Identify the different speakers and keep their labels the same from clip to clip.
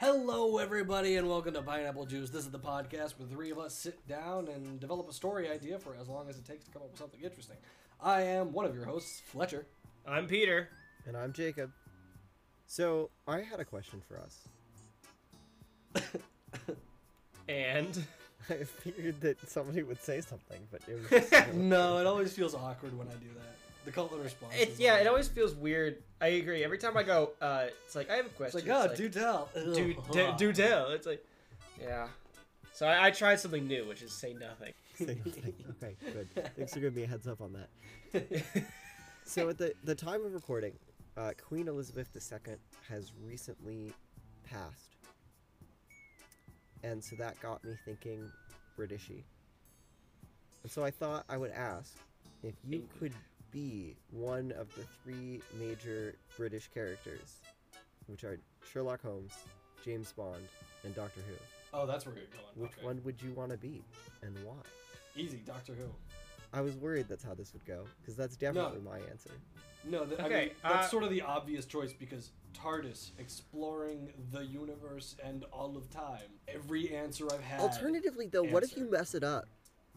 Speaker 1: Hello, everybody, and welcome to Pineapple Juice. This is the podcast where the three of us sit down and develop a story idea for as long as it takes to come up with something interesting. I am one of your hosts, Fletcher.
Speaker 2: I'm Peter.
Speaker 3: And I'm Jacob. So, I had a question for us.
Speaker 2: And
Speaker 3: I figured that somebody would say something, but it was. just-
Speaker 1: No, it always feels awkward when I do that. The call and response.
Speaker 2: it's
Speaker 1: is
Speaker 2: yeah,
Speaker 1: like-
Speaker 2: it always feels weird. I agree. Every time I go, uh, it's like I have a
Speaker 1: It's
Speaker 2: question.
Speaker 3: "Ah,
Speaker 1: like, oh,
Speaker 2: It's
Speaker 1: do tell. Ugh.
Speaker 2: do do, do tell. It's like, yeah. So I, I tried something new, which is say nothing.
Speaker 3: Say nothing. okay, good. Thanks for giving me a heads up on that. so, at the, the time of recording, uh, Queen Elizabeth II has recently passed. And so that got me thinking Britishy. And so I thought I would ask if you
Speaker 2: England.
Speaker 3: could be one of the three major British characters, which are Sherlock Holmes, James Bond, and Doctor Who.
Speaker 1: Oh, that's where you're going.
Speaker 3: Which
Speaker 1: Okay.
Speaker 3: one would you want to be and why?
Speaker 1: Easy, Doctor Who.
Speaker 3: I was worried that's how this would go because that's definitely my answer.
Speaker 1: No, th- I
Speaker 2: Okay,
Speaker 1: mean, that's
Speaker 2: uh,
Speaker 1: sort of the obvious choice because TARDIS, exploring the universe and all of time. Every answer I've had.
Speaker 3: Alternatively, though, what if you
Speaker 1: answer.
Speaker 3: mess it up?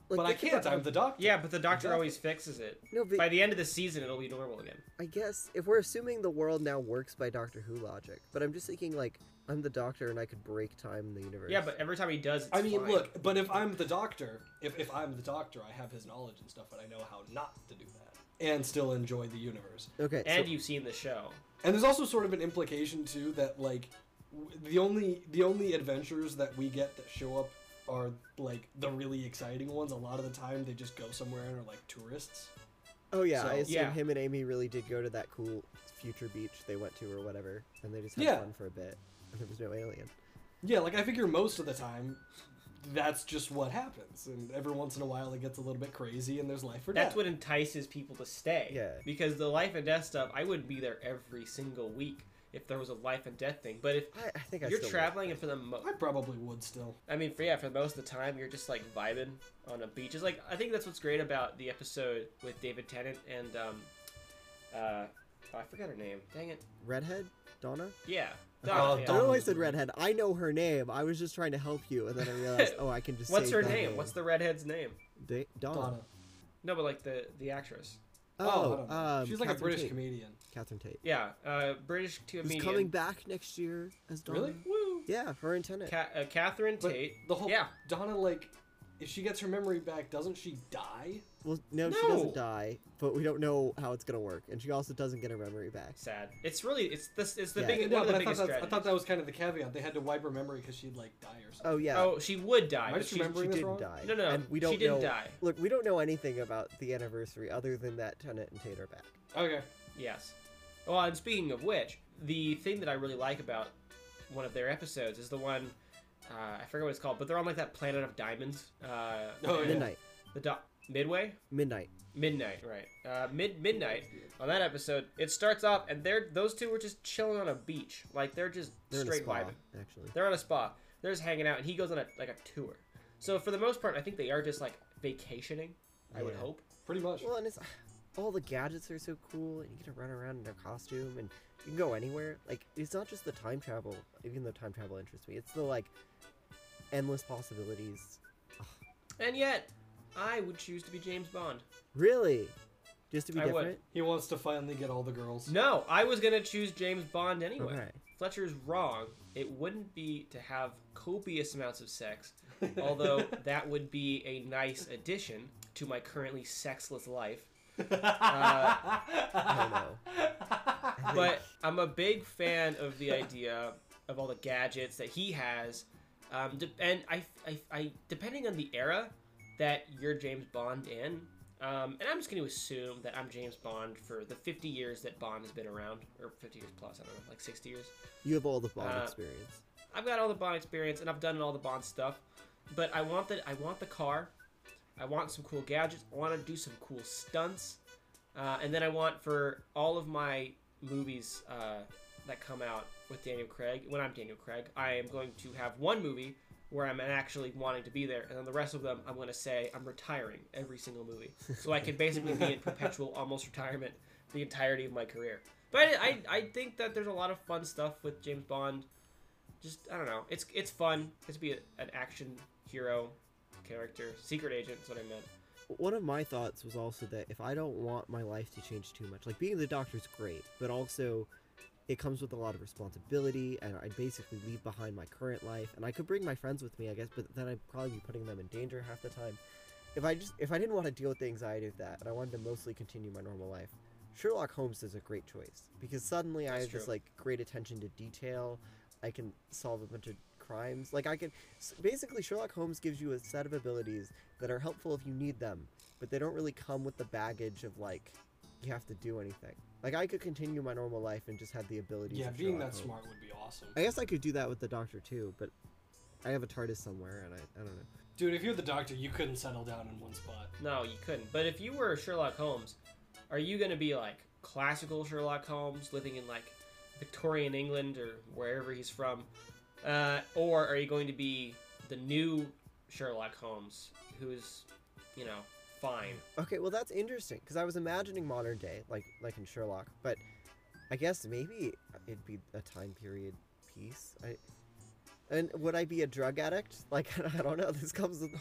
Speaker 3: Like,
Speaker 1: But I
Speaker 3: think
Speaker 1: can't.
Speaker 3: about-
Speaker 1: I'm the Doctor.
Speaker 2: Yeah, but the doctor
Speaker 1: Exactly.
Speaker 2: always fixes it.
Speaker 3: No, but-
Speaker 2: By the end of the season, it'll be normal again.
Speaker 3: I guess if we're assuming the world now works by Doctor Who logic, but I'm just thinking like I'm the Doctor and I could break time in the universe.
Speaker 2: Yeah, but every time he does, it's
Speaker 1: I mean,
Speaker 2: fine.
Speaker 1: look, but if I'm the doctor, if, if I'm the doctor, I have his knowledge and stuff, and I know how not to do that and still enjoy the universe.
Speaker 3: okay,
Speaker 2: And
Speaker 3: so,
Speaker 2: you've seen the show.
Speaker 1: And there's also sort of an implication too that like w- the only the only adventures that we get that show up are like the really exciting ones. A lot of the time, they just go somewhere and are like tourists.
Speaker 3: oh yeah,
Speaker 1: so-
Speaker 3: I assume
Speaker 2: yeah.
Speaker 3: him and Amy really did go to that cool future beach they went to or whatever, and they just had
Speaker 1: Yeah.
Speaker 3: fun for a bit. And there was no alien.
Speaker 1: Yeah, like I figure most of the time, that's just what happens. And every once in a while, it gets a little bit crazy, and there's life or death.
Speaker 2: That's what entices people to stay.
Speaker 3: Yeah.
Speaker 2: Because the life and death stuff, I would be there every single week if there was a life and death thing. But if
Speaker 3: I, I think I
Speaker 2: you're
Speaker 3: still would.
Speaker 2: traveling and for the most
Speaker 1: I probably would still.
Speaker 2: I mean, for yeah, for most of the time, you're just like vibing on a beach. It's like I think that's what's great about the episode with David Tennant and um, uh, oh, I forgot her name. Dang it.
Speaker 3: redhead Donna.
Speaker 2: Yeah.
Speaker 1: Oh,
Speaker 2: yeah.
Speaker 3: I don't know why I
Speaker 1: Donna's
Speaker 3: said
Speaker 1: the-
Speaker 3: redhead. I know her name. I was just trying to help you, and then I realized, oh, I can just.
Speaker 2: What's
Speaker 3: say
Speaker 2: her
Speaker 3: the
Speaker 2: name? What's the redhead's name?
Speaker 3: Da- Donna?
Speaker 1: Donna.
Speaker 2: No, but like the the actress.
Speaker 1: Oh, I
Speaker 3: Oh. Oh,
Speaker 1: don't know.
Speaker 3: um,
Speaker 1: she's like a
Speaker 3: Catherine
Speaker 1: British
Speaker 3: Tate.
Speaker 1: comedian.
Speaker 3: Catherine Tate.
Speaker 2: Yeah, uh, British
Speaker 3: Who's
Speaker 2: comedian.
Speaker 3: coming back next year as Donna?
Speaker 1: Really?
Speaker 2: Woo.
Speaker 3: Yeah, her and Tenet.
Speaker 2: Ca- uh, Catherine
Speaker 1: But
Speaker 2: Tate.
Speaker 1: The whole
Speaker 2: Yeah.
Speaker 1: Donna like, if she gets her memory back, doesn't she die?
Speaker 3: well, no, she
Speaker 2: No.
Speaker 3: doesn't die, but we don't know how it's gonna work, and she also doesn't get her memory back.
Speaker 2: Sad. It's really it's this it's the
Speaker 3: Yeah.
Speaker 2: big
Speaker 1: no, but
Speaker 2: one of the
Speaker 1: I thought,
Speaker 2: biggest
Speaker 1: that's- I thought
Speaker 2: tragedies.
Speaker 1: that was kind of the caveat. They had to wipe her memory because she'd like die or something.
Speaker 3: Oh yeah,
Speaker 2: Oh, she would die.
Speaker 1: Am I
Speaker 2: but
Speaker 1: just
Speaker 2: she,
Speaker 1: remembering
Speaker 3: she
Speaker 1: this
Speaker 3: didn't
Speaker 1: wrong?
Speaker 3: die.
Speaker 2: No, no,
Speaker 3: and we
Speaker 2: she
Speaker 3: don't
Speaker 2: didn't
Speaker 3: know-
Speaker 2: die.
Speaker 3: Look, we don't know anything about the anniversary other than that Tenet and Tate are back.
Speaker 1: Okay.
Speaker 2: Yes. Well, and speaking of which, the thing that I really like about one of their episodes is the one uh, I forget what it's called, but they're on like that planet of diamonds. Uh,
Speaker 1: Oh, yeah.
Speaker 3: Midnight,
Speaker 2: The do- midway,
Speaker 3: midnight.
Speaker 2: midnight, right? Uh, mid midnight on that episode. It starts off, and they're those two were just chilling on a beach, like they're just
Speaker 3: They're in a
Speaker 2: straight
Speaker 3: spa,
Speaker 2: vibing.
Speaker 3: actually.
Speaker 2: They're on a spa. They're just hanging out, and he goes on a like a tour. So for the most part, I think they are just like vacationing. I would
Speaker 3: Yeah.
Speaker 2: hope.
Speaker 1: Pretty much.
Speaker 3: Well, and it's all the gadgets are so cool, and you get to run around in their costume, and you can go anywhere. Like it's not just the time travel, even though time travel interests me. It's the like endless possibilities.
Speaker 2: And yet, I would choose to be James Bond.
Speaker 3: Really, just to be
Speaker 2: I would.
Speaker 3: different.
Speaker 1: he wants to finally get all the girls.
Speaker 2: No, I was gonna choose James Bond anyway.
Speaker 3: Okay.
Speaker 2: Fletcher's wrong. It wouldn't be to have copious amounts of sex, although that would be a nice addition to my currently sexless life. Uh,
Speaker 3: I don't know.
Speaker 2: but I'm a big fan of the idea of all the gadgets that he has, um, de- and I, I, I, depending on the era that you're James Bond in. Um, and I'm just going to assume that I'm James Bond for the 50 years that Bond has been around, or 50 years plus, I don't know, like 60 years.
Speaker 3: You have all the Bond
Speaker 2: Uh,
Speaker 3: experience.
Speaker 2: I've got all the Bond experience and I've done all the Bond stuff, but I want the I want the car, I want some cool gadgets, I want to do some cool stunts, uh, and then I want for all of my movies uh, that come out with Daniel Craig. When I'm Daniel Craig, I am going to have one movie where I'm actually wanting to be there, and then the rest of them I'm going to say I'm retiring every single movie, so I can basically be in perpetual almost retirement the entirety of my career. But I, I, I think that there's a lot of fun stuff with James Bond just I don't know. It's it's fun. It's be a, an action hero character, secret agent is what I meant.
Speaker 3: One of my thoughts was also that if I don't want my life to change too much, like being the doctor is great, but also it comes with a lot of responsibility, and I'd basically leave behind my current life, and I could bring my friends with me, I guess, but then I'd probably be putting them in danger half the time. If I just if I didn't want to deal with the anxiety of that, and I wanted to mostly continue my normal life, Sherlock Holmes is a great choice because suddenly I
Speaker 2: That's
Speaker 3: have this
Speaker 2: true.
Speaker 3: like great attention to detail. I can solve a bunch of crimes. Like I can s- basically Sherlock Holmes gives you a set of abilities that are helpful if you need them, but they don't really come with the baggage of like you have to do anything. Like I could continue my normal life and just have the abilities.
Speaker 1: Yeah,
Speaker 3: of
Speaker 1: being that
Speaker 3: Sherlock Holmes.
Speaker 1: smart would be awesome.
Speaker 3: I guess I could do that with the Doctor too, but I have a TARDIS somewhere, and I, I don't know.
Speaker 1: Dude, if you're the doctor, you couldn't settle down in one spot.
Speaker 2: No, you couldn't. But if you were Sherlock Holmes, are you going to be like classical Sherlock Holmes, living in like Victorian England or wherever he's from, uh, or are you going to be the new Sherlock Holmes, who's you know fine?
Speaker 3: Okay, well that's interesting because I was imagining modern day, like like in Sherlock, but I guess maybe it'd be a time period piece. I and would I be a drug addict? Like I don't know. This comes with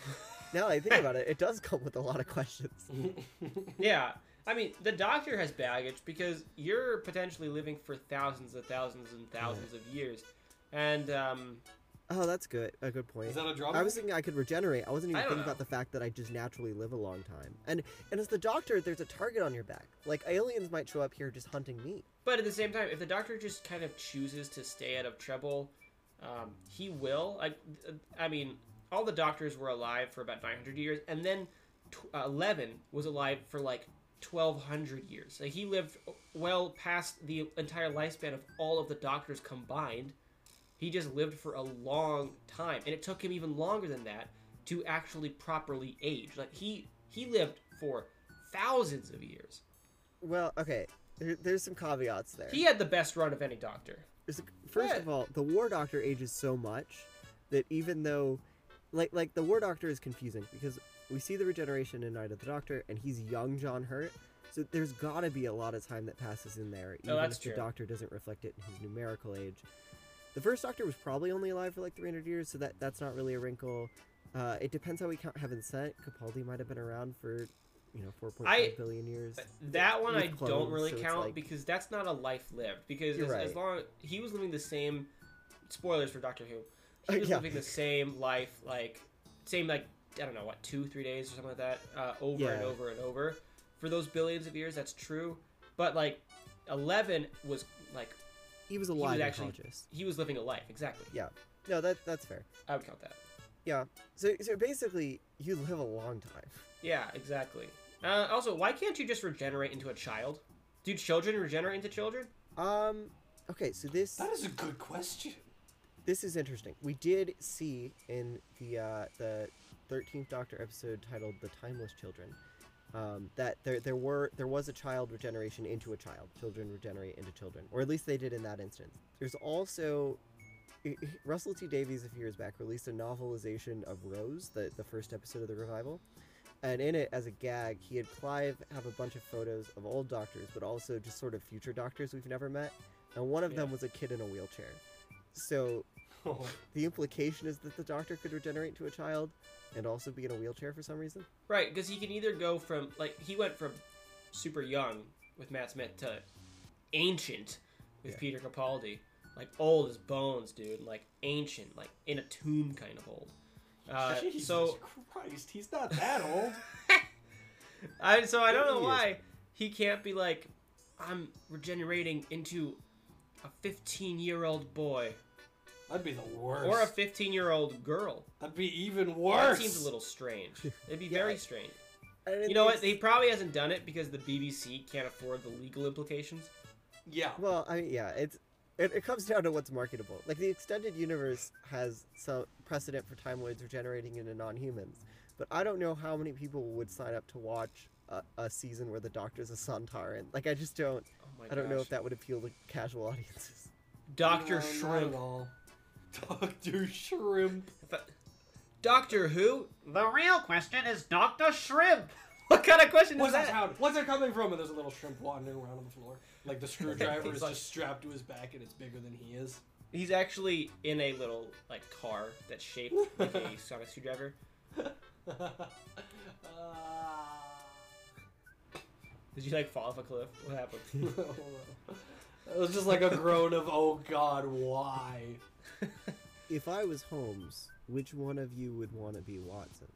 Speaker 3: now that I think about it, it does come with a lot of questions.
Speaker 2: Yeah. I mean, the doctor has baggage because you're potentially living for thousands and thousands and thousands of years. And um,
Speaker 3: Oh, that's good. A good point.
Speaker 1: Is that a drawback?
Speaker 3: I was thinking I could regenerate. I wasn't
Speaker 2: I
Speaker 3: even
Speaker 2: don't
Speaker 3: thinking
Speaker 2: know.
Speaker 3: about the fact that I just naturally live a long time. And and as the doctor, there's a target on your back. Like aliens might show up here just hunting me.
Speaker 2: But at the same time, if the Doctor just kind of chooses to stay out of trouble, um, he will. I, I mean, all the Doctors were alive for about 900 years, and then tw- uh, Eleven was alive for like 1,200 years. Like he lived well past the entire lifespan of all of the Doctors combined. He just lived for a long time, and it took him even longer than that to actually properly age. Like he he lived for thousands of years.
Speaker 3: Well, okay. There, there's some caveats there.
Speaker 2: He had the best run of any Doctor.
Speaker 3: There's a- first
Speaker 2: Yeah.
Speaker 3: of all, the War Doctor ages so much that even though, like, like the War Doctor is confusing because we see the regeneration in Night of the Doctor, and he's young John Hurt. So there's got to be a lot of time that passes in there,
Speaker 2: Oh,
Speaker 3: even
Speaker 2: that's
Speaker 3: if
Speaker 2: true.
Speaker 3: the Doctor doesn't reflect it in his numerical age. The first Doctor was probably only alive for like 300 years, so that that's not really a wrinkle. Uh, it depends how we count Heaven Sent. Capaldi might have been around for, you know, 4.5 billion
Speaker 2: I-
Speaker 3: years.
Speaker 2: That one
Speaker 3: with
Speaker 2: I don't
Speaker 3: clones,
Speaker 2: really
Speaker 3: so it's
Speaker 2: count
Speaker 3: like-
Speaker 2: because that's not a life lived. Because as,
Speaker 3: You're
Speaker 2: as
Speaker 3: right.
Speaker 2: long he was living the same, spoilers for Doctor Who, he was
Speaker 3: Yeah.
Speaker 2: living the same life, like same like I don't know what two three days or something like that, uh, over and
Speaker 3: Yeah.
Speaker 2: over and over for those billions of years. That's true, but like Eleven was like
Speaker 3: He was
Speaker 2: was
Speaker 3: alive and
Speaker 2: actually-
Speaker 3: conscious.
Speaker 2: he was living a life exactly.
Speaker 3: Yeah. No, that that's fair.
Speaker 2: I would count that.
Speaker 3: So, so basically, you live a long time.
Speaker 2: Yeah, exactly. Uh, also, why can't you just regenerate into a child? Do children regenerate into children?
Speaker 3: Um, okay, so this
Speaker 1: that is a good question.
Speaker 3: this is interesting. We did see in the uh, the thirteenth Doctor episode titled "The Timeless Children" um, that there there were there was a child regeneration into a child. Children regenerate into children, or at least they did in that instance. There's also Russell T Davies a few years back released a novelization of Rose, the the first episode of the revival. And in it, as a gag, he had Clive have a bunch of photos of old doctors, but also just sort of future doctors we've never met. And one of them
Speaker 2: Yeah.
Speaker 3: was a kid in a wheelchair. So
Speaker 2: Uh,
Speaker 3: the implication is that the doctor could regenerate into a child and also be in a wheelchair for some reason.
Speaker 2: Right, because he can either go from like he went from super young with Matt Smith to ancient with
Speaker 3: Yeah.
Speaker 2: Peter Capaldi, like old as bones, dude, like ancient, like in a tomb kind of old. Uh,
Speaker 1: Jesus
Speaker 2: so
Speaker 1: Christ, he's not that old.
Speaker 2: I so I don't
Speaker 3: He
Speaker 2: know
Speaker 3: is.
Speaker 2: why he can't be like I'm regenerating into a 15 year old boy
Speaker 1: That'd be the worst.
Speaker 2: or a 15 year old girl.
Speaker 1: That'd be even
Speaker 2: That
Speaker 1: worse.
Speaker 2: seems a little strange. It'd be
Speaker 3: Yeah.
Speaker 2: very strange.
Speaker 3: And it
Speaker 2: You know what?
Speaker 3: makes-
Speaker 2: He probably hasn't done it because the BBC can't afford the legal implications.
Speaker 1: Yeah.
Speaker 3: Well, I mean, yeah, it's it, it comes down to what's marketable. Like the extended universe has some precedent for time lords regenerating into non-humans, but I don't know how many people would sign up to watch a, a season where the Doctor's a Santaran. Like I just don't.
Speaker 2: Oh my
Speaker 3: I don't know
Speaker 2: gosh.
Speaker 3: if that would appeal to casual audiences.
Speaker 2: Doctor
Speaker 1: No, not at
Speaker 2: Shrimp.
Speaker 1: all. Doctor Shrimp.
Speaker 2: But- Doctor Who? The real question is Doctor Shrimp. What kind of question
Speaker 1: What's
Speaker 2: is
Speaker 1: that
Speaker 2: that?
Speaker 1: sound? What's that coming from? And there's a little shrimp wandering around on the floor. Like the screwdriver
Speaker 2: He's
Speaker 1: is
Speaker 2: like-
Speaker 1: just strapped to his back and it's bigger than he is.
Speaker 2: He's actually in a little like car that's shaped like a Sonic screwdriver.
Speaker 1: Uh.
Speaker 2: Did you like fall off a cliff? What happened?
Speaker 1: it was just like a groan of oh god, why?
Speaker 3: If I was Holmes, which one of you would want to be Watson?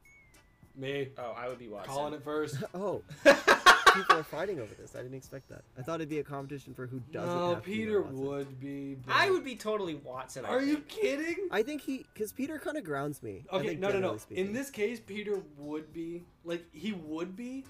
Speaker 1: Me
Speaker 2: Oh, I would be watching.
Speaker 1: calling it first.
Speaker 3: oh, people are fighting over this. I didn't expect that. I thought it'd be a competition for who doesn't.
Speaker 1: No,
Speaker 3: have to be
Speaker 1: Peter
Speaker 3: Watson.
Speaker 1: would be. but-
Speaker 2: I would be totally Watson. I
Speaker 1: Are you
Speaker 2: think.
Speaker 1: kidding?
Speaker 3: I think he, because Peter kind of grounds me. I
Speaker 1: Okay,
Speaker 3: think
Speaker 1: no, no,
Speaker 3: generally
Speaker 1: no.
Speaker 3: speaking.
Speaker 1: In this case, Peter would be like he would be,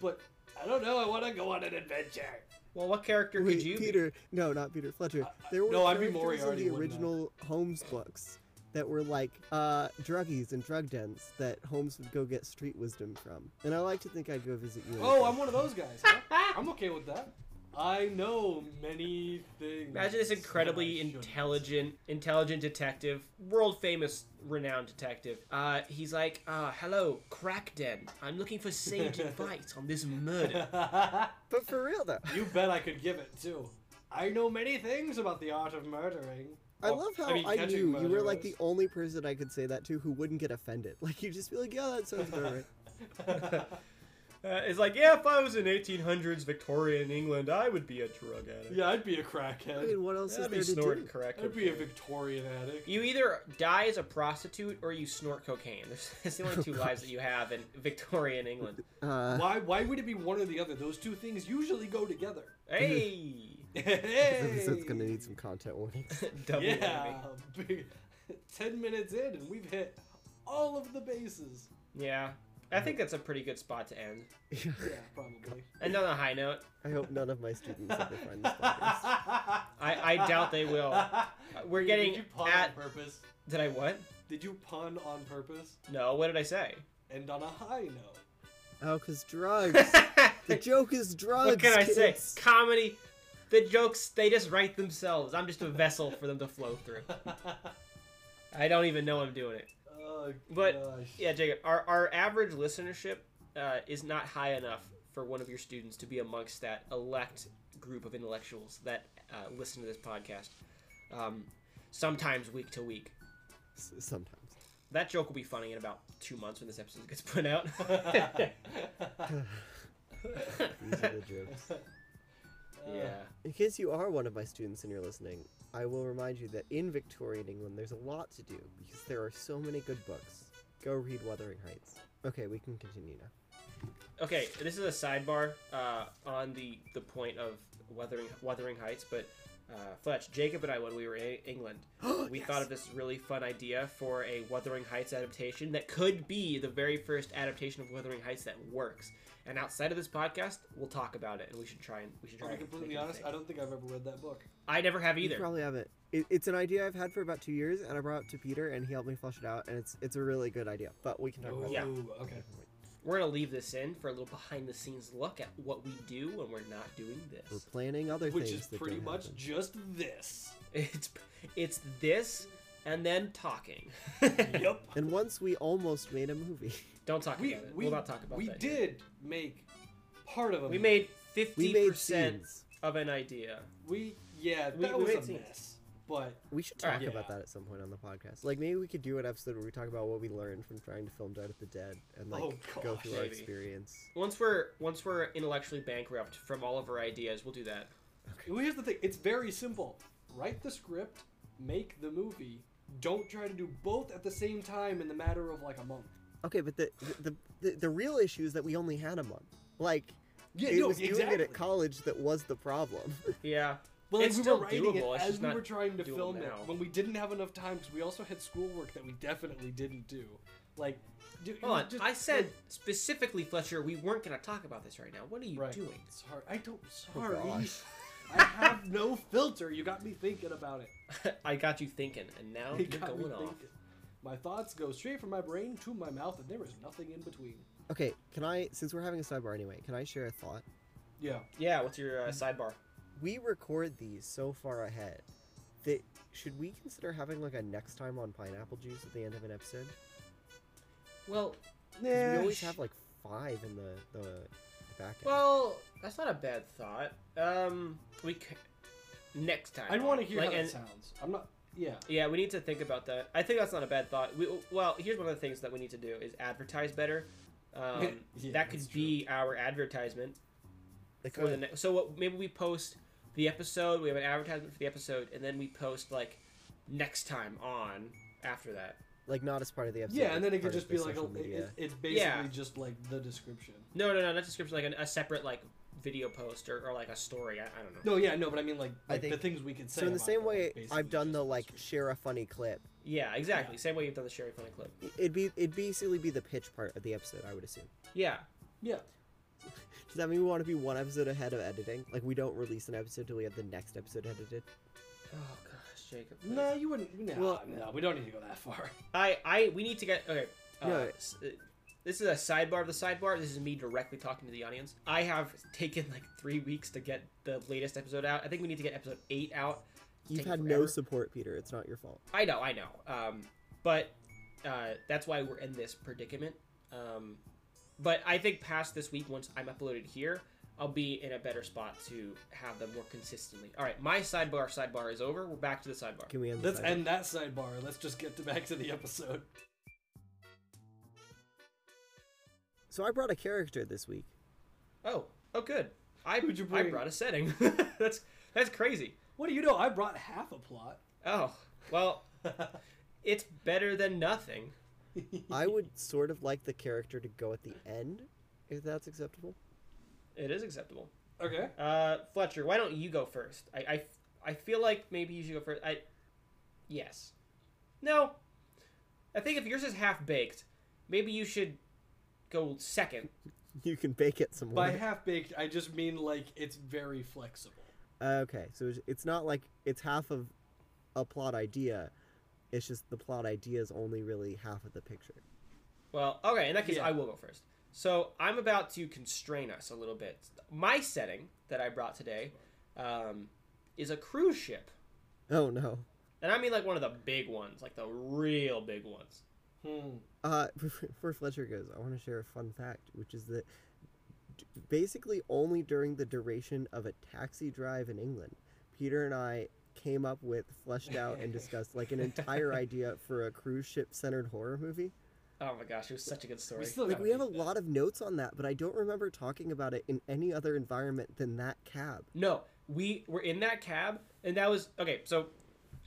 Speaker 1: but I don't know. I want to go on an adventure.
Speaker 2: Well, what character
Speaker 3: Wait,
Speaker 2: could you be?
Speaker 3: Peter, no, not Peter Fletcher. There were
Speaker 1: Uh, no, I'd be
Speaker 3: characters
Speaker 1: Moriarty,
Speaker 3: in
Speaker 1: wouldn't
Speaker 3: the
Speaker 1: I?
Speaker 3: original Holmes books that were like uh, druggies and drug dens that Holmes would go get street wisdom from. And I like to think I'd go visit you. in
Speaker 1: Oh,
Speaker 3: the-
Speaker 1: I'm one of those guys.
Speaker 2: Ah!
Speaker 1: huh? I'm okay with that. I know many things.
Speaker 2: Imagine this
Speaker 1: that I
Speaker 2: incredibly
Speaker 1: shouldn't.
Speaker 2: intelligent, intelligent detective, world famous, renowned detective. Uh, he's like, uh, hello, crack den. I'm looking for sage advice on this murder.
Speaker 3: But for real though,
Speaker 1: you bet I could give it too. I know many things about the art of murdering.
Speaker 3: I
Speaker 1: Well,
Speaker 3: love how I,
Speaker 1: Oh, mean, catching
Speaker 3: knew you were like the
Speaker 1: murderers.
Speaker 3: only person I could say that to who wouldn't get offended. Like you'd just be like, yeah, that sounds about right.
Speaker 2: Uh, it's like, yeah, if I was in 1800s Victorian England, I would be a drug addict.
Speaker 1: yeah, I'd be a
Speaker 3: I
Speaker 1: crackhead.
Speaker 3: mean, what else
Speaker 2: I'd be
Speaker 3: is there to
Speaker 2: snorting
Speaker 3: do?
Speaker 2: crack
Speaker 1: I'd be a
Speaker 2: cocaine.
Speaker 1: Victorian addict.
Speaker 2: You either die as a prostitute or you snort cocaine. There's- That's the only two lives that you have in Victorian England.
Speaker 3: Uh,
Speaker 1: Why? Why would it be one or the other? Those two things usually go together.
Speaker 2: Hey,
Speaker 3: this episode's gonna
Speaker 1: Hey!
Speaker 3: need some content warnings.
Speaker 2: double
Speaker 1: yeah.
Speaker 2: enemy.
Speaker 1: big- Ten minutes in, and we've hit all of the bases.
Speaker 2: Yeah, I think that's a pretty good spot to end.
Speaker 3: Yeah.
Speaker 1: Yeah, probably.
Speaker 2: And on a high note,
Speaker 3: I hope none of my students ever find this podcast.
Speaker 2: I, I doubt they will. Uh, We're getting
Speaker 1: Did you pun
Speaker 2: at.
Speaker 1: on purpose?
Speaker 2: Did I what?
Speaker 1: Did you pun on purpose?
Speaker 2: No, what did I say?
Speaker 1: And on a high note.
Speaker 3: Oh, cause drugs. The
Speaker 2: what
Speaker 3: joke is drugs.
Speaker 2: can I say?
Speaker 3: kids.
Speaker 2: Comedy. The jokes they just write themselves. I'm just a vessel for them to flow through. I don't even know I'm doing it.
Speaker 1: oh,
Speaker 2: But-
Speaker 1: gosh.
Speaker 2: Yeah, Jacob, our, our average listenership uh, is not high enough for one of your students to be amongst that elect group of intellectuals that uh, listen to this podcast. Um, sometimes week to week.
Speaker 3: S- Sometimes.
Speaker 2: That joke will be funny in about two months when this episode gets put out.
Speaker 1: Uh,
Speaker 3: These are the jokes.
Speaker 2: yeah.
Speaker 3: In case you are one of my students and you're listening, I will remind you that in Victorian England, there's a lot to do because there are so many good books. Go read Wuthering Heights. Okay, we can continue now.
Speaker 2: Okay, this is a sidebar uh, on the the point of Wuthering Wuthering Heights, but uh, Fletch, Jacob, and I when we were in England,
Speaker 3: Oh,
Speaker 2: we thought of this really fun idea for a Wuthering Heights adaptation that could be the very first adaptation of Wuthering Heights that works. And outside of this podcast, we'll talk about it, and we should try and we should
Speaker 1: To
Speaker 2: try.
Speaker 1: be
Speaker 2: and
Speaker 1: completely
Speaker 2: make it a
Speaker 1: honest,
Speaker 2: thing.
Speaker 1: I don't think I've ever read that book.
Speaker 2: I never have
Speaker 3: You
Speaker 2: either.
Speaker 3: probably haven't. It, it's an idea I've had for about two years, and I brought it to Peter, and he helped me flush it out, and it's it's a really good idea. But we can talk about
Speaker 2: Yeah.
Speaker 3: it.
Speaker 1: Ooh, okay.
Speaker 2: We're gonna leave this in for a little behind the scenes look at what we do when we're not doing
Speaker 3: We're
Speaker 2: this.
Speaker 3: planning other
Speaker 1: Which
Speaker 3: things.
Speaker 1: is
Speaker 3: that
Speaker 1: pretty
Speaker 3: don't
Speaker 1: much
Speaker 3: happen.
Speaker 1: just this.
Speaker 2: It's it's this and then talking.
Speaker 1: Yep.
Speaker 3: And once we almost made a movie.
Speaker 2: Don't talk
Speaker 1: we
Speaker 2: about it.
Speaker 1: we,
Speaker 2: we'll not talk about
Speaker 1: we
Speaker 2: that. here.
Speaker 1: did make part of a
Speaker 2: We
Speaker 1: movie.
Speaker 2: made
Speaker 3: We
Speaker 2: fifty
Speaker 3: made
Speaker 2: percent
Speaker 3: scenes.
Speaker 2: of an idea.
Speaker 1: we yeah
Speaker 2: We-
Speaker 1: that
Speaker 2: we
Speaker 1: was
Speaker 2: made
Speaker 1: a
Speaker 2: scenes.
Speaker 1: mess but
Speaker 3: We should talk
Speaker 2: Alright.
Speaker 3: about
Speaker 1: Yeah.
Speaker 3: that at some point on the podcast. Like maybe we could do an episode where we talk about what we learned from trying to film Dead of the Dead and like
Speaker 1: Oh,
Speaker 3: go
Speaker 1: gosh.
Speaker 3: through our
Speaker 2: Maybe.
Speaker 3: experience.
Speaker 2: Once we're once we're intellectually bankrupt from all of our ideas, we'll do that.
Speaker 1: well, here's the thing it's very simple write the script make the movie don't try to do both at the same time in the matter of like a month
Speaker 3: Okay, but the the, the, the real issue is that we only had a month. Like
Speaker 1: yeah
Speaker 3: it
Speaker 1: no,
Speaker 3: was doing
Speaker 1: exactly.
Speaker 3: it at college that was the problem.
Speaker 2: Yeah.
Speaker 1: but like,
Speaker 2: it's
Speaker 1: we
Speaker 2: still
Speaker 1: were writing
Speaker 2: doable,
Speaker 1: it
Speaker 2: it's
Speaker 1: as
Speaker 2: just
Speaker 1: we
Speaker 2: not
Speaker 1: were trying to
Speaker 2: doable
Speaker 1: film it
Speaker 2: now.
Speaker 1: when we didn't have enough time because we also had schoolwork that we definitely didn't do like dude, it
Speaker 2: Hold
Speaker 1: was
Speaker 2: on.
Speaker 1: just-
Speaker 2: I said specifically, Fletcher, we weren't gonna talk about this right now. What are you
Speaker 1: Right.
Speaker 2: doing?
Speaker 1: sorry i don't sorry
Speaker 3: Oh, gosh.
Speaker 1: i have no filter you got me thinking about it
Speaker 2: I got you thinking, and now
Speaker 1: It
Speaker 2: you're
Speaker 1: got me
Speaker 2: going off.
Speaker 1: thinking. My thoughts go straight from my brain to my mouth, and there is nothing in between.
Speaker 3: okay, can I since we're having a sidebar anyway, can I share a thought?
Speaker 1: Yeah.
Speaker 2: Yeah. What's your uh,
Speaker 1: Hmm.
Speaker 2: sidebar?
Speaker 3: We record these so far ahead that should we consider having like a next time on pineapple juice at the end of an episode?
Speaker 2: Well,
Speaker 3: 'Cause we always have like five in the the, the back end.
Speaker 2: well, that's not a bad thought. Um, we c- next time.
Speaker 1: I'd want to hear
Speaker 2: Like,
Speaker 1: how that
Speaker 2: and-
Speaker 1: sounds. I'm not. Yeah.
Speaker 2: Yeah, we need to think about that. I think that's not a bad thought. We, well, here's one of the things that we need to do is advertise better. Um,
Speaker 1: Yeah,
Speaker 2: that could
Speaker 1: that's
Speaker 2: be our advertisement
Speaker 3: They
Speaker 2: for the
Speaker 3: could.
Speaker 2: next. So what, maybe we post the episode. We have an advertisement for the episode, and then we post like next time on after that.
Speaker 3: like not as part of the episode.
Speaker 1: Yeah, and then
Speaker 3: but
Speaker 1: it could
Speaker 3: part of
Speaker 1: just be
Speaker 3: their
Speaker 1: like a,
Speaker 3: social
Speaker 1: it,
Speaker 3: media.
Speaker 1: it- it's basically
Speaker 2: Yeah.
Speaker 1: just like the description.
Speaker 2: No, no, no, not description. Like an, a separate like video post or, or like a story. I, I don't know.
Speaker 1: No, yeah, no, but I mean like,
Speaker 3: I
Speaker 1: like the
Speaker 3: think-
Speaker 1: things we could say.
Speaker 3: so in the
Speaker 1: about
Speaker 3: same
Speaker 1: them,
Speaker 3: way,
Speaker 1: basically
Speaker 3: I've done
Speaker 1: just
Speaker 3: the like
Speaker 1: description.
Speaker 3: share a funny clip.
Speaker 2: Yeah, exactly. Same way you've done the Sherry Funny clip.
Speaker 3: It'd be it'd basically be the pitch part of the episode. I would assume.
Speaker 2: Yeah,
Speaker 1: Yeah,
Speaker 3: Does that mean we want to be one episode ahead of editing? Like we don't release an episode till we have the next episode edited.
Speaker 2: Oh gosh, Jacob. please.
Speaker 1: no, you wouldn't. No,
Speaker 3: Well-
Speaker 1: no, we don't need to go that far.
Speaker 2: I, I, we need to get okay. Uh,
Speaker 3: No.
Speaker 2: s- uh, This is a sidebar of the sidebar. This is me directly talking to the audience. I have taken like three weeks to get the latest episode out. I think we need to get episode eight out. It's
Speaker 3: You've
Speaker 2: taking
Speaker 3: had
Speaker 2: forever.
Speaker 3: no support, Peter. It's not your fault.
Speaker 2: I know, I know. Um, but uh, that's why we're in this predicament. Um, but I think past this week, once I'm uploaded here, I'll be in a better spot to have them more consistently. All right, my sidebar sidebar is over. We're back to the sidebar.
Speaker 3: Can we end?
Speaker 1: Let's
Speaker 3: this item?
Speaker 1: end that sidebar. Let's just get to back to the episode.
Speaker 3: So I brought a character this week.
Speaker 2: Oh, oh, good. I,
Speaker 1: Who'd you
Speaker 2: I
Speaker 1: bring?
Speaker 2: brought a setting. that's that's crazy.
Speaker 1: What do you know? I brought half a plot.
Speaker 2: Oh, well, it's better than nothing.
Speaker 3: I would sort of like the character to go at the end, if that's acceptable.
Speaker 2: It is acceptable.
Speaker 1: Okay.
Speaker 2: Uh, Fletcher, why don't you go first? I, I, I feel like maybe you should go first. I, yes. No. I think if yours is half baked, maybe you should go second.
Speaker 3: You can bake it some
Speaker 1: By
Speaker 3: more.
Speaker 1: half baked, I just mean like it's very flexible.
Speaker 3: okay, so it's- it's not like it's half of a plot idea. It's just the plot idea is only really half of the picture.
Speaker 2: Well, okay, in that case,
Speaker 1: Yeah.
Speaker 2: I will go first. So I'm about to constrain us a little bit. My setting that I brought today um, is a cruise ship.
Speaker 3: Oh no.
Speaker 2: And I mean like one of the big ones, like the real big ones.
Speaker 1: Hmm.
Speaker 3: Uh, before Fletcher goes, I want to share a fun fact, which is that d- basically only during the duration of a taxi drive in England, Peter and I came up with, fleshed out, and discussed like an entire idea for a cruise ship centered horror movie.
Speaker 2: Oh my gosh, it was such a good story.
Speaker 1: We still
Speaker 3: Like,
Speaker 1: gotta
Speaker 3: we have a
Speaker 1: make that.
Speaker 3: lot of notes on that, but I don't remember talking about it in any other environment than that cab.
Speaker 2: No, we were in that cab, and that was okay. So,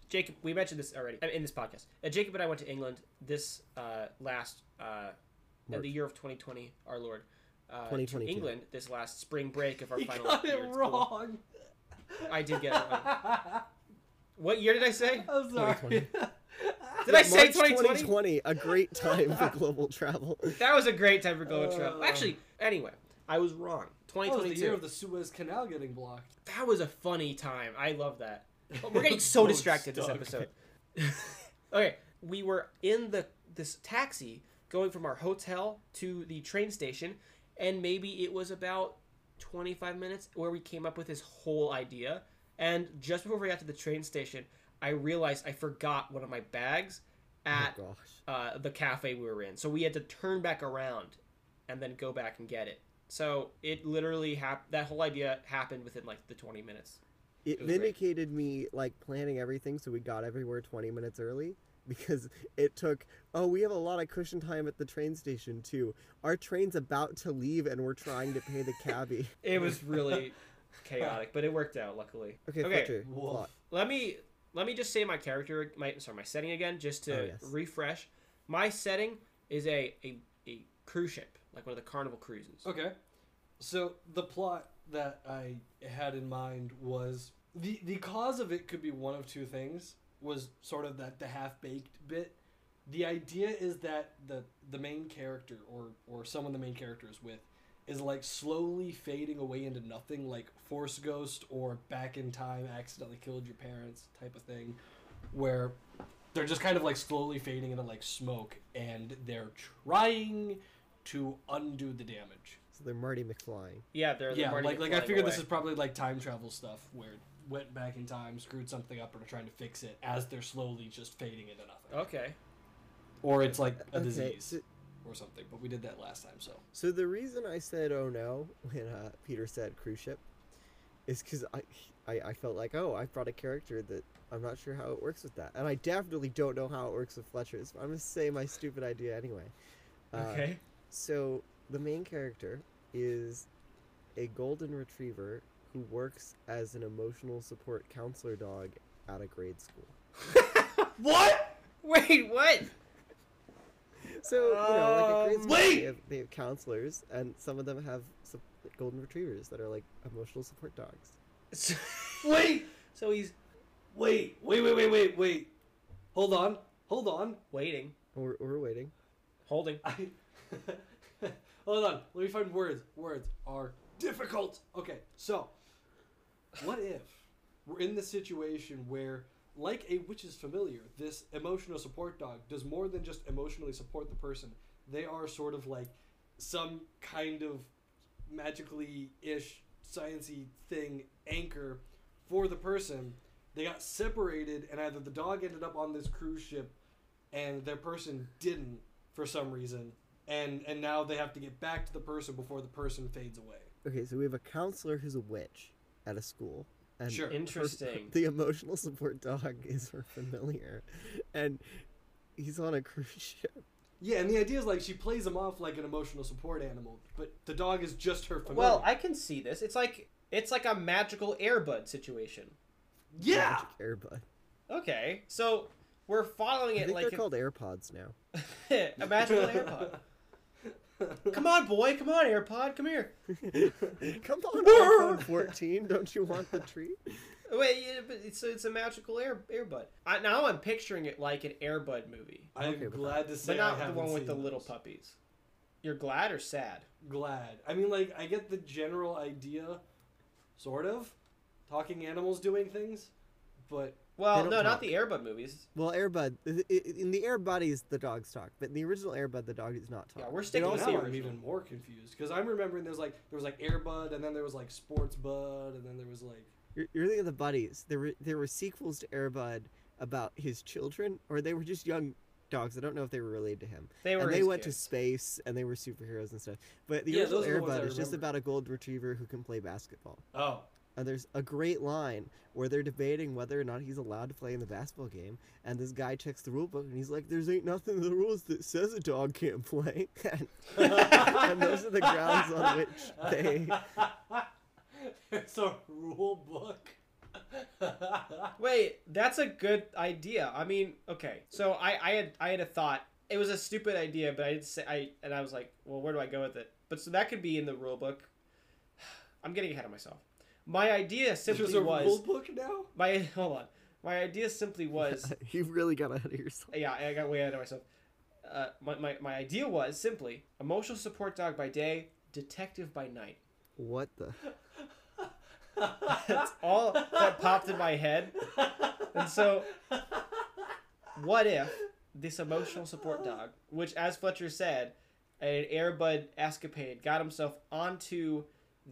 Speaker 2: Jacob, we mentioned this already uh, in this podcast. Uh, Jacob and I went to England this uh, last uh, in
Speaker 3: March.
Speaker 2: the year of 2020, our Lord. Uh, to
Speaker 3: 2022.
Speaker 2: England this last spring break of our
Speaker 1: He
Speaker 2: final
Speaker 1: got
Speaker 2: year.
Speaker 1: it
Speaker 2: at school.
Speaker 1: wrong.
Speaker 2: I did get it wrong. What year did I say?
Speaker 1: I'm sorry.
Speaker 2: Did I say
Speaker 3: March
Speaker 2: 2020?
Speaker 3: 2020, a great time for global travel.
Speaker 2: That was a great time for global travel.
Speaker 1: Uh.
Speaker 2: Actually, anyway, I was wrong.
Speaker 1: That was
Speaker 2: 2022.
Speaker 1: the year of the Suez Canal getting blocked.
Speaker 2: that was a funny time. I love that. But we're getting so
Speaker 1: Boat
Speaker 2: distracted this
Speaker 1: stuck.
Speaker 2: episode. okay, we were in the this taxi going from our hotel to the train station, and maybe it was about twenty five minutes where we came up with this whole idea. And just before we got to the train station, I realized I forgot one of my bags
Speaker 3: Oh,
Speaker 2: at
Speaker 3: gosh.
Speaker 2: uh, the cafe we were in. So we had to turn back around and then go back and get it. So it literally hap- that whole idea happened within like the 20 minutes.
Speaker 3: It
Speaker 2: was great.
Speaker 3: vindicated me like planning everything so we got everywhere 20 minutes early because it took oh we have a lot of cushion time at the train station too. Our train's about to leave and we're trying to pay the cabbie.
Speaker 2: It was really chaotic, but it worked out luckily.
Speaker 3: Okay,
Speaker 2: Okay.
Speaker 3: Fletcher.
Speaker 1: Woof.
Speaker 3: plot.
Speaker 2: Let me let me just say my character my sorry, my setting again just to
Speaker 3: Oh, yes.
Speaker 2: refresh. My setting is a, a a cruise ship, like one of the carnival cruises.
Speaker 1: Okay. So the plot that I had in mind was the the cause of it could be one of two things. Was sort of that the half baked bit. The idea is that the the main character or or someone the main character is with is like slowly fading away into nothing, like Force Ghost or Back in Time accidentally killed your parents type of thing, where they're just kind of like slowly fading into like smoke and they're trying to undo the damage.
Speaker 3: So they're Marty McFly.
Speaker 2: Yeah, they're
Speaker 1: Yeah,
Speaker 2: they're already
Speaker 1: like like I
Speaker 2: flying
Speaker 1: figured this
Speaker 2: away.
Speaker 1: is probably like time travel stuff where it went back in time, screwed something up, and are trying to fix it as they're slowly just fading into nothing.
Speaker 2: Okay.
Speaker 1: Or it's like a
Speaker 3: Okay,
Speaker 1: disease
Speaker 3: so-
Speaker 1: or something. But we did that last time, so
Speaker 3: So the reason I said oh no when uh, Peter said cruise ship is because I, I I felt like oh I brought a character that I'm not sure how it works with that, and I definitely don't know how it works with Fletcher's. But I'm gonna say my stupid idea anyway. Uh,
Speaker 2: Okay.
Speaker 3: So the main character is a golden retriever who works as an emotional support counselor dog at a grade school.
Speaker 1: What?
Speaker 2: Wait, what?
Speaker 3: So you know, like a
Speaker 2: Um,
Speaker 3: grade school,
Speaker 1: wait!
Speaker 3: they, have, they have counselors, and some of them have sup- golden retrievers that are like emotional support dogs.
Speaker 2: So,
Speaker 1: Wait,
Speaker 2: so he's
Speaker 1: wait, wait, wait, wait, wait, wait. Hold on, hold on.
Speaker 2: waiting,
Speaker 3: We're, we're waiting.
Speaker 2: holding.
Speaker 1: I... hold on. Let me find words. Words are difficult. Okay, so what if we're in the situation where, like a witch's familiar, this emotional support dog does more than just emotionally support the person. They are sort of like some kind of magically ish sciency thing anchor for the person. They got separated, and either the dog ended up on this cruise ship, and their person didn't for some reason, and and now they have to get back to the person before the person fades away.
Speaker 3: Okay, so we have a counselor who's a witch at a school, and
Speaker 1: Sure.
Speaker 3: her-
Speaker 2: Interesting.
Speaker 3: the emotional support dog is her familiar, and he's on a cruise ship.
Speaker 1: Yeah, and the idea is like she plays him off like an emotional support animal, but the dog is just her familiar.
Speaker 2: Well, I can see this. It's like it's like a magical airbud situation.
Speaker 1: yeah,
Speaker 3: Magic Airbud.
Speaker 2: Okay, so we're following
Speaker 3: I
Speaker 2: it
Speaker 3: think
Speaker 2: like
Speaker 3: they're called AirPods now.
Speaker 2: a magical AirPod. Come on, boy. Come on, AirPod. Come here.
Speaker 3: Come on, iPhone 14. Don't you want the treat?
Speaker 2: Wait, yeah, but it's it's a magical air airbud. I, now I'm picturing it like an airbud movie,
Speaker 1: I'm
Speaker 3: okay with
Speaker 1: glad to
Speaker 2: but
Speaker 1: say I
Speaker 2: not the
Speaker 1: haven't
Speaker 2: one
Speaker 1: seen
Speaker 2: with the little
Speaker 1: those.
Speaker 2: puppies. You're glad or sad?
Speaker 1: Glad. I mean, like I get the general idea, sort of, talking animals doing things, but
Speaker 2: Well,
Speaker 3: don't
Speaker 2: no, not
Speaker 3: talk.
Speaker 2: the airbud movies.
Speaker 3: Well, Airbud. i- i- In the Airbud is the dogs talk, but in the original Airbud, the dog does not talk.
Speaker 2: Yeah, we're
Speaker 1: Dude,
Speaker 2: sticking with
Speaker 1: now
Speaker 2: the
Speaker 1: I'm
Speaker 2: original.
Speaker 1: even more confused because I'm remembering there's like there was like Airbud and then there was like Sports Bud and then there was like
Speaker 3: You're, you're thinking of the buddies. There were there were sequels to Airbud about his children, or they were just young dogs. I don't know if they were related to him.
Speaker 2: They were.
Speaker 3: and they
Speaker 2: his
Speaker 3: went
Speaker 2: kids.
Speaker 3: to space, and they were superheroes and stuff. But the
Speaker 1: Yeah,
Speaker 3: original
Speaker 1: those are the ones I
Speaker 3: Airbud is just
Speaker 1: remember.
Speaker 3: about a gold retriever who can play basketball.
Speaker 1: oh
Speaker 3: And there's a great line where they're debating whether or not he's allowed to play in the basketball game, and this guy checks the rule book and he's like, "There's ain't nothing in the rules that says a dog can't play." and, and those are the grounds on which they.
Speaker 1: It's a rule book.
Speaker 2: Wait, that's a good idea. I mean, okay. So I, I had I had a thought. It was a stupid idea, but I didn't say I and I was like, well, where do I go with it? But so that could be in the rule book. I'm getting ahead of myself. My idea simply
Speaker 1: There's a
Speaker 2: was
Speaker 1: rule book now.
Speaker 2: my hold on. My idea simply was
Speaker 3: uh, you really got ahead of yourself.
Speaker 2: yeah, I got way ahead of myself. Uh, my, my, my idea was simply emotional support dog by day, detective by night.
Speaker 3: What the?
Speaker 2: That's all that popped in my head. And so,
Speaker 1: Oh,
Speaker 2: what if this emotional support dog, which, as Fletcher said, an Airbud escapade got himself onto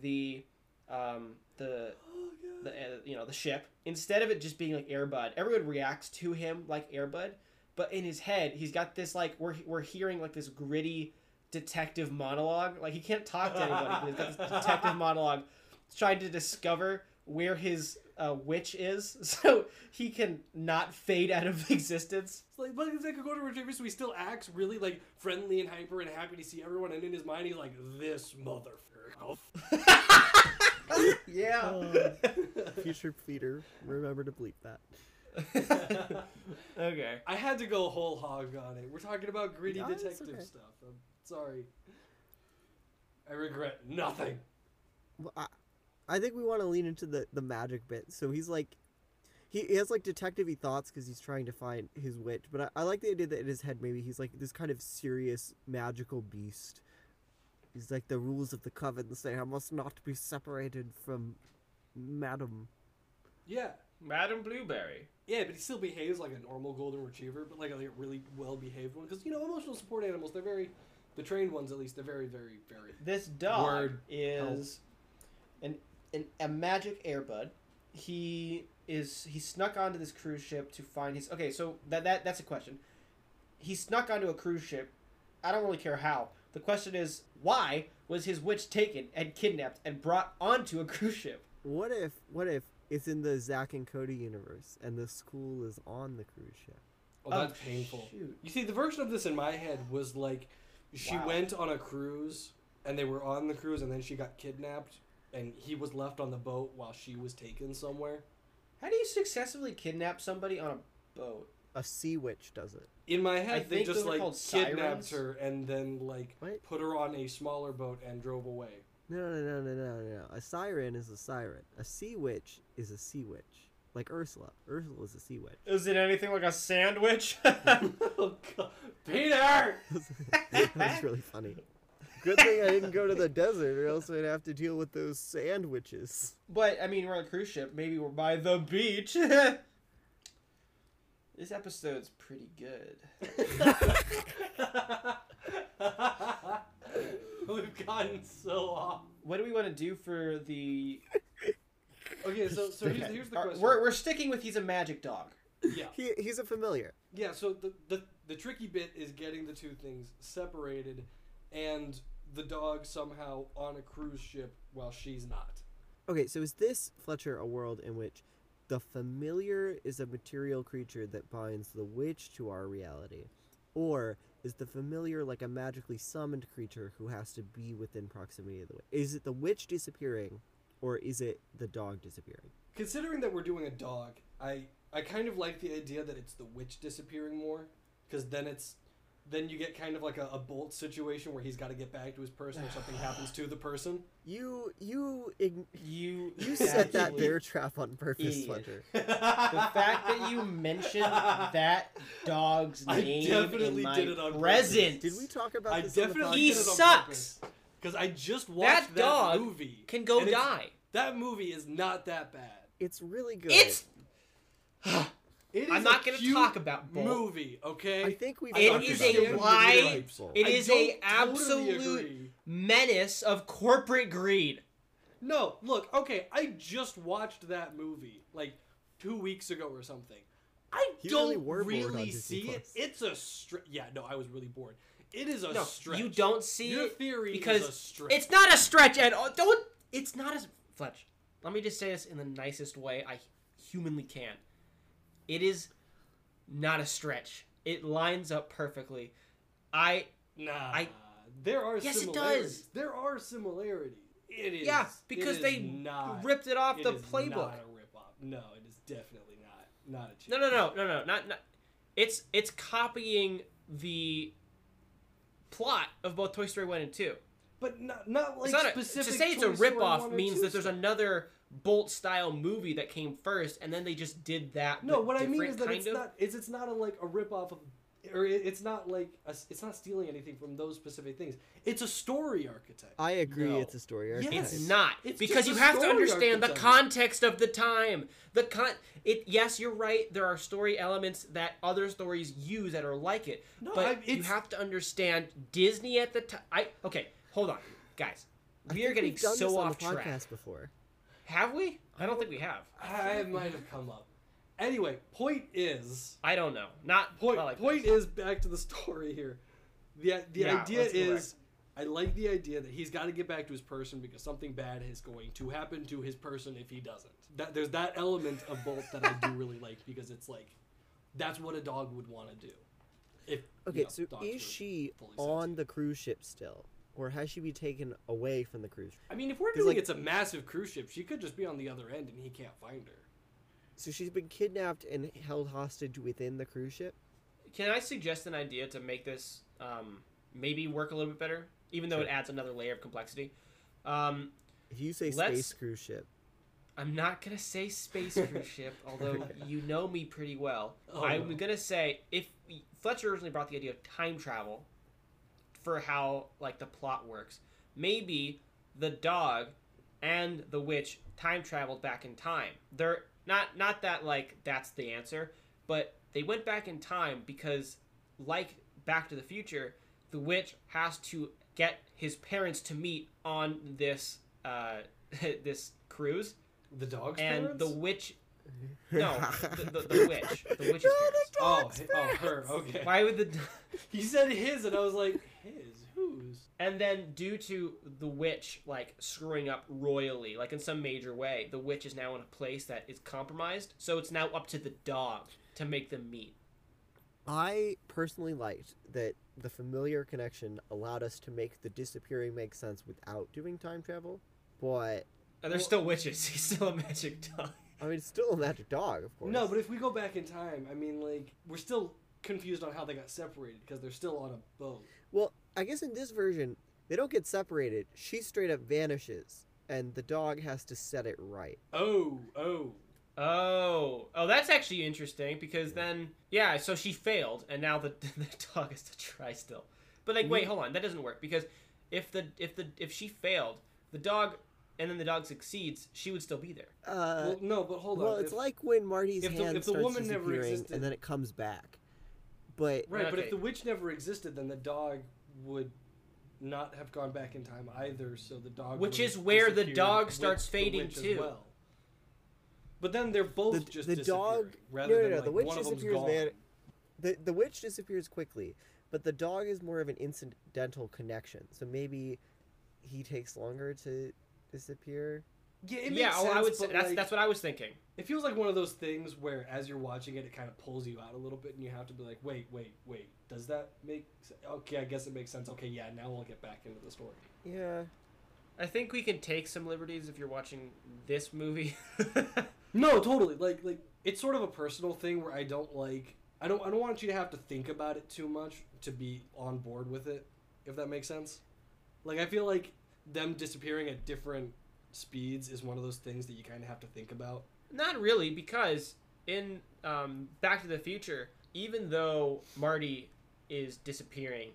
Speaker 2: the um, the
Speaker 1: Oh, God.
Speaker 2: the uh, you know the ship instead of it just being like Airbud, everyone reacts to him like Airbud, but in his head he's got this like we're we're hearing like this gritty detective monologue. Like he can't talk to anybody. but he's got this detective monologue trying to discover where his uh, witch is, so he can not fade out of existence.
Speaker 1: It's like, but it's like a golden retriever, so he still acts really like friendly and hyper and happy to see everyone. And in his mind, he's like, "This motherfucker."
Speaker 2: Yeah.
Speaker 3: Future Peter, remember to bleep that.
Speaker 1: Oh.
Speaker 2: okay.
Speaker 1: I had to go whole hog on it. We're talking about gritty
Speaker 3: No, it's
Speaker 1: detective
Speaker 3: okay.
Speaker 1: stuff. I'm sorry. I regret nothing.
Speaker 3: Well, I, I think we want to lean into the the magic bit. So he's like, he, he has like detective-y thoughts because he's trying to find his witch. But I, I like the idea that in his head maybe he's like this kind of serious magical beast. He's like the rules of the coven say I must not be separated from, madam.
Speaker 1: Yeah,
Speaker 2: Madam Blueberry.
Speaker 1: Yeah, but he still behaves like a normal golden retriever, but like a like, a really well behaved one. Because you know, emotional support animals, they're very, the trained ones at least, they're very, very, very.
Speaker 2: This dog
Speaker 1: Word.
Speaker 2: is an, an a magic airbud. He is he snuck onto this cruise ship to find his okay. So that that that's a question. He snuck onto a cruise ship. I don't really care how. The question is why was his witch taken and kidnapped and brought onto a cruise ship?
Speaker 3: What if what if it's in the Zack and Cody universe and the school is on the cruise ship?
Speaker 1: Oh, that's painful.
Speaker 2: Shoot.
Speaker 1: You see, the version of this in my head was like she
Speaker 2: Wow.
Speaker 1: went on a cruise and they were on the cruise and then she got kidnapped and he was left on the boat while she was taken somewhere.
Speaker 2: How do you successfully kidnap somebody on a boat?
Speaker 3: A sea witch does it.
Speaker 1: In my head, they
Speaker 2: think
Speaker 1: just
Speaker 2: those are
Speaker 1: like
Speaker 2: called
Speaker 1: kidnapped
Speaker 2: sirens.
Speaker 1: her and then like
Speaker 3: What?
Speaker 1: put her on a smaller boat and drove away.
Speaker 3: No, no, no, no, no, no. A siren is a siren. A sea witch is a sea witch. Like Ursula. Ursula is a sea witch.
Speaker 2: Is it anything like a sandwich?
Speaker 1: oh God, Peter!
Speaker 3: that was really funny. Good thing I didn't go to the desert, or else I'd have to deal with those sandwiches.
Speaker 2: but I mean, we're on a cruise ship. Maybe we're by the beach. this episode's pretty good.
Speaker 1: We've gotten so off.
Speaker 2: What do we want to do for the?
Speaker 1: Okay, so so here's, here's the
Speaker 2: Are-
Speaker 1: question.
Speaker 2: we're we're sticking with he's a magic dog.
Speaker 1: yeah.
Speaker 3: He, he's a familiar.
Speaker 1: Yeah, so the, the the tricky bit is getting the two things separated and the dog somehow on a cruise ship while she's not.
Speaker 3: Okay, so is this, Fletcher, a world in which the familiar is a material creature that binds the witch to our reality? Or is the familiar like a magically summoned creature who has to be within proximity of the witch? Is it the witch disappearing, or is it the dog disappearing?
Speaker 1: Considering that we're doing a dog, I I kind of like the idea that it's the witch disappearing more cuz then it's then you get kind of like a, a bolt situation where he's got to get back to his person or something happens to the person.
Speaker 3: You, you, ign-
Speaker 2: You
Speaker 3: you set that
Speaker 2: actually-
Speaker 3: bear trap on purpose,
Speaker 2: idiot.
Speaker 3: Fletcher.
Speaker 2: The fact that you mentioned that dog's
Speaker 1: I
Speaker 2: name
Speaker 1: definitely
Speaker 2: in my
Speaker 1: did it on purpose.
Speaker 2: presence.
Speaker 3: Did we talk about
Speaker 1: I
Speaker 3: this on the
Speaker 1: definitely
Speaker 2: He
Speaker 1: did it on
Speaker 2: sucks.
Speaker 1: Cuz I just watched
Speaker 2: That
Speaker 1: that,
Speaker 2: dog
Speaker 1: movie.
Speaker 2: Can go
Speaker 1: and it's-
Speaker 2: die.
Speaker 1: That movie is not that bad.
Speaker 3: It's really good.
Speaker 2: It's
Speaker 1: It is
Speaker 2: I'm not
Speaker 1: going
Speaker 2: gonna
Speaker 1: to
Speaker 2: talk about Bolt.
Speaker 1: movie, okay?
Speaker 3: I think we've.
Speaker 1: I
Speaker 2: It
Speaker 3: talked
Speaker 2: is
Speaker 3: about
Speaker 2: a
Speaker 3: it.
Speaker 2: lie.
Speaker 3: You're right, Sol.
Speaker 2: It
Speaker 1: I
Speaker 2: is
Speaker 1: don't
Speaker 2: a
Speaker 1: totally
Speaker 2: absolute-
Speaker 1: agree.
Speaker 2: menace of corporate greed.
Speaker 1: No, look, okay, I just watched that movie like two weeks ago or something. I
Speaker 3: You really
Speaker 1: don't
Speaker 3: were
Speaker 1: really,
Speaker 3: bored on Disney
Speaker 1: see it.
Speaker 3: Plus.
Speaker 1: It's a stretch. Yeah, no, I was really bored. It is a
Speaker 2: No,
Speaker 1: stretch.
Speaker 2: you don't see
Speaker 1: Your
Speaker 2: it
Speaker 1: theory
Speaker 2: because
Speaker 1: is a stretch.
Speaker 2: It's not a stretch at all. Don't. It's not as Fletch. Let me just say this in the nicest way I humanly can. It is not a stretch. It lines up perfectly. I
Speaker 1: nah.
Speaker 2: I-
Speaker 1: there are
Speaker 2: Yes, it
Speaker 1: similarities.
Speaker 2: does.
Speaker 1: There are similarities. It is.
Speaker 2: yeah
Speaker 1: it
Speaker 2: because
Speaker 1: is
Speaker 2: they
Speaker 1: not,
Speaker 2: ripped it off
Speaker 1: it
Speaker 2: the
Speaker 1: is
Speaker 2: playbook.
Speaker 1: Not a rip-off. No, it is definitely not. Not a chance.
Speaker 2: No, no, no, no, no, not, not. It's it's copying the plot of both Toy Story one and two.
Speaker 1: But not, not like
Speaker 2: It's not a, to
Speaker 1: specific.
Speaker 2: say it's a
Speaker 1: Toy Story
Speaker 2: ripoff
Speaker 1: one or
Speaker 2: means
Speaker 1: two
Speaker 2: that there's another Bolt style movie that came first, and then they just did that.
Speaker 1: No,
Speaker 2: but
Speaker 1: what I mean
Speaker 2: different
Speaker 1: is that
Speaker 2: kind
Speaker 1: it's
Speaker 2: of.
Speaker 1: not is it's not a, like a ripoff of, or it- it's not like a s it's not stealing anything from those specific things. It's a story archetype.
Speaker 2: Uh,
Speaker 3: I agree.
Speaker 1: No.
Speaker 3: It's a story. arc.
Speaker 1: Yes.
Speaker 2: It's
Speaker 1: It's-
Speaker 2: not
Speaker 1: it's
Speaker 2: because
Speaker 1: just
Speaker 2: you
Speaker 1: a
Speaker 2: have to
Speaker 1: story
Speaker 2: understand the
Speaker 1: archetype.
Speaker 2: context of the time. The con it yes, you're right. There are story elements that other stories use that are like it.
Speaker 1: No,
Speaker 2: but
Speaker 1: I-
Speaker 2: you
Speaker 1: it's-
Speaker 2: have to understand Disney at the time. I okay, hold on, guys.
Speaker 3: I
Speaker 2: We are
Speaker 3: think
Speaker 2: getting
Speaker 3: we've done this
Speaker 2: so
Speaker 3: on
Speaker 2: off
Speaker 3: the
Speaker 2: track.
Speaker 3: podcast before.
Speaker 2: Have we? I don't think we have.
Speaker 1: I might have come up. Anyway, point is
Speaker 2: I don't know. Not
Speaker 1: point
Speaker 2: I like
Speaker 1: point
Speaker 2: this.
Speaker 1: is back to the story here. The the
Speaker 2: Yeah,
Speaker 1: idea
Speaker 2: let's go
Speaker 1: is. I like the idea that he's got to get back to his person because something bad is going to happen to his person if he doesn't. That there's that element of Bolt that I do really like because it's like, that's what a dog would want to do. If you
Speaker 3: Okay,
Speaker 1: know,
Speaker 3: so
Speaker 1: dogs were
Speaker 3: is she
Speaker 1: fully
Speaker 3: on the cruise ship still, or has she been taken away from the cruise? ship?
Speaker 1: I mean, if we're
Speaker 3: 'Cause,
Speaker 1: doing
Speaker 3: like-
Speaker 1: it's a massive cruise ship, she could just be on the other end and he can't find her.
Speaker 3: So she's been kidnapped and held hostage within the cruise ship.
Speaker 2: Can I suggest an idea to make this um, maybe work a little bit better, even though it adds another layer of complexity? Um,
Speaker 3: If you say
Speaker 2: Let's-
Speaker 3: space cruise ship,
Speaker 2: I'm not gonna say space cruise ship, although you know me pretty well.
Speaker 1: Oh,
Speaker 2: I'm
Speaker 1: no.
Speaker 2: gonna say if Fletcher originally brought the idea of time travel for how like the plot works, maybe the dog and the witch time traveled back in time. They're not not that like that's the answer, but they went back in time because like Back to the Future, the witch has to get his parents to meet on this uh, this cruise
Speaker 1: The dog's
Speaker 2: and
Speaker 1: parents?
Speaker 2: the witch. No, the, the, the witch. The witch's parents.
Speaker 1: oh, h- oh, her. Okay.
Speaker 2: Why would the?
Speaker 1: He said his, and I was like, his? Who? Ooze.
Speaker 2: And then, due to the witch like screwing up royally, like in some major way, the witch is now in a place that is compromised. So it's now up to the dog to make them meet.
Speaker 3: I personally liked that the familiar connection allowed us to make the disappearing make sense without doing time travel. But
Speaker 2: And they're still witches. He's still a magic dog.
Speaker 3: I mean, it's still a magic dog, of course.
Speaker 1: No, but if we go back in time, I mean, like, we're still confused on how they got separated because they're still on a boat.
Speaker 3: well, I guess in this version they don't get separated. She straight up vanishes, and the dog has to set it right.
Speaker 1: Oh, oh.
Speaker 2: Oh, oh, that's actually interesting because then, yeah, so she failed, and now the the dog has to try still. But like, wait, hold on, that doesn't work because if the if the if she failed, the dog, and then the dog succeeds, she would still be there.
Speaker 3: Uh,
Speaker 1: well, no, but hold
Speaker 3: Well,
Speaker 1: on.
Speaker 3: it's
Speaker 1: If-
Speaker 3: like when Marty's
Speaker 1: if the-
Speaker 3: hand
Speaker 1: if the
Speaker 3: starts
Speaker 1: woman never
Speaker 3: disappearing
Speaker 1: existed-
Speaker 3: and then it comes back. But
Speaker 1: Right, but
Speaker 2: Okay.
Speaker 1: if the witch never existed, then the dog would not have gone back in time either. So the dog,
Speaker 2: Which
Speaker 1: would
Speaker 2: is where the
Speaker 1: disappear
Speaker 2: dog
Speaker 1: with
Speaker 2: starts
Speaker 1: the
Speaker 2: fading
Speaker 1: witch as
Speaker 2: too.
Speaker 1: well. But then they're both
Speaker 3: the,
Speaker 1: just
Speaker 3: the
Speaker 1: disappearing,
Speaker 3: dog
Speaker 1: Rather
Speaker 3: no, no,
Speaker 1: than
Speaker 3: no,
Speaker 1: like
Speaker 3: the witch
Speaker 1: one of them's
Speaker 3: disappears
Speaker 1: gone.
Speaker 3: van- the, the witch disappears quickly, but the dog is more of an incidental connection. So maybe he takes longer to disappear.
Speaker 1: Yeah, it makes
Speaker 2: yeah, oh,
Speaker 1: sense,
Speaker 2: I would
Speaker 1: but
Speaker 2: say that's
Speaker 1: like,
Speaker 2: that's what I was thinking.
Speaker 1: It feels like one of those things where, as you're watching it, it kind of pulls you out a little bit, and you have to be like, "Wait, wait, wait. Does that make? se- Okay, I guess it makes sense. Okay, yeah. Now we'll get back into the story."
Speaker 3: Yeah.
Speaker 2: I think we can take some liberties if you're watching this movie.
Speaker 1: No, totally. Like like it's sort of a personal thing where I don't like I don't I don't want you to have to think about it too much to be on board with it, if that makes sense. Like I feel like them disappearing at different speeds is one of those things that you kind of have to think about.
Speaker 2: Not really, because in um, Back to the Future, even though Marty is disappearing,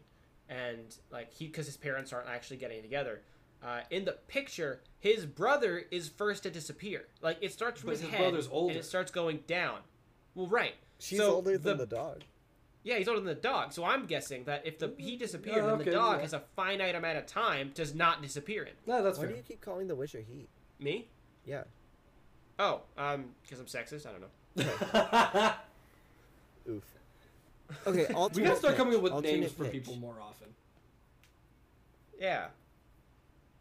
Speaker 2: and like he, because his parents aren't actually getting together, uh, in the picture, his brother is first to disappear. Like it starts from
Speaker 1: But
Speaker 2: his,
Speaker 1: his
Speaker 2: head,
Speaker 1: brother's
Speaker 2: and
Speaker 1: older.
Speaker 2: it starts going down. Well, right.
Speaker 3: She's
Speaker 2: So
Speaker 3: older than
Speaker 2: the-
Speaker 3: the, dog.
Speaker 2: Yeah, he's older than the dog, so I'm guessing that if the he disappeared,
Speaker 1: Yeah,
Speaker 2: then
Speaker 1: Mm, okay,
Speaker 2: the dog
Speaker 1: yeah.
Speaker 2: has a finite amount of time to not disappear. In
Speaker 1: No, that's
Speaker 3: Why
Speaker 1: fair.
Speaker 3: do you keep calling the witch a he?
Speaker 2: me?
Speaker 3: Yeah.
Speaker 2: Oh, um, because I'm sexist. I don't know.
Speaker 3: Oof. Okay, alternate
Speaker 1: we gotta start
Speaker 3: pitch.
Speaker 1: coming up with
Speaker 3: alternate
Speaker 1: names for
Speaker 3: pitch.
Speaker 1: people more often.
Speaker 2: Yeah.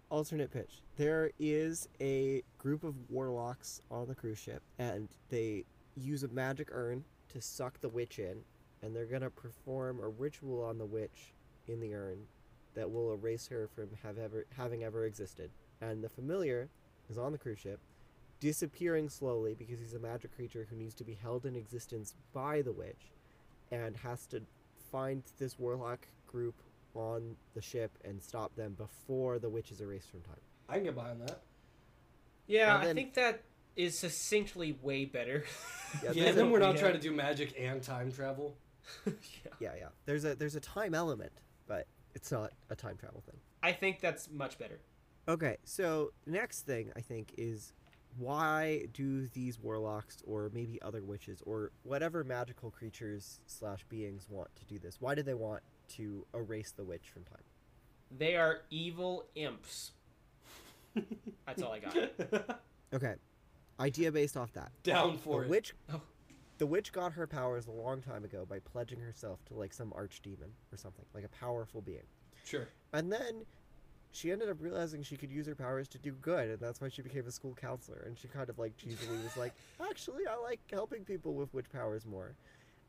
Speaker 3: alternate pitch. There is a group of warlocks on the cruise ship, and they use a magic urn to suck the witch in, and they're gonna perform a ritual on the witch in the urn that will erase her from have ever having ever existed. And the familiar is on the cruise ship, disappearing slowly because he's a magic creature who needs to be held in existence by the witch, and has to find this warlock group on the ship and stop them before the witch is erased from time.
Speaker 1: I can get behind that.
Speaker 2: Yeah,
Speaker 3: And
Speaker 2: I
Speaker 3: then-
Speaker 2: think that is succinctly way better.
Speaker 3: Yeah,
Speaker 1: Yeah,
Speaker 3: there's
Speaker 1: and then
Speaker 3: a-
Speaker 1: we're not
Speaker 2: yeah.
Speaker 1: trying to do magic and time travel.
Speaker 2: Yeah.
Speaker 3: Yeah, yeah. There's a there's a time element, but it's not a time travel thing.
Speaker 2: I think that's much better.
Speaker 3: Okay, so next thing I think is why do these warlocks or maybe other witches or whatever magical creatures slash beings want to do this? Why do they want to erase the witch from time?
Speaker 2: They are evil imps. That's all I got.
Speaker 3: Okay, idea based off that.
Speaker 1: Down for
Speaker 3: the
Speaker 1: it.
Speaker 3: witch
Speaker 2: Oh.
Speaker 3: the witch got her powers a long time ago by pledging herself to like some archdemon or something like a powerful being
Speaker 1: Sure.
Speaker 3: and then she ended up realizing she could use her powers to do good and that's why she became a school counselor and she kind of like cheesily was like actually i like helping people with witch powers more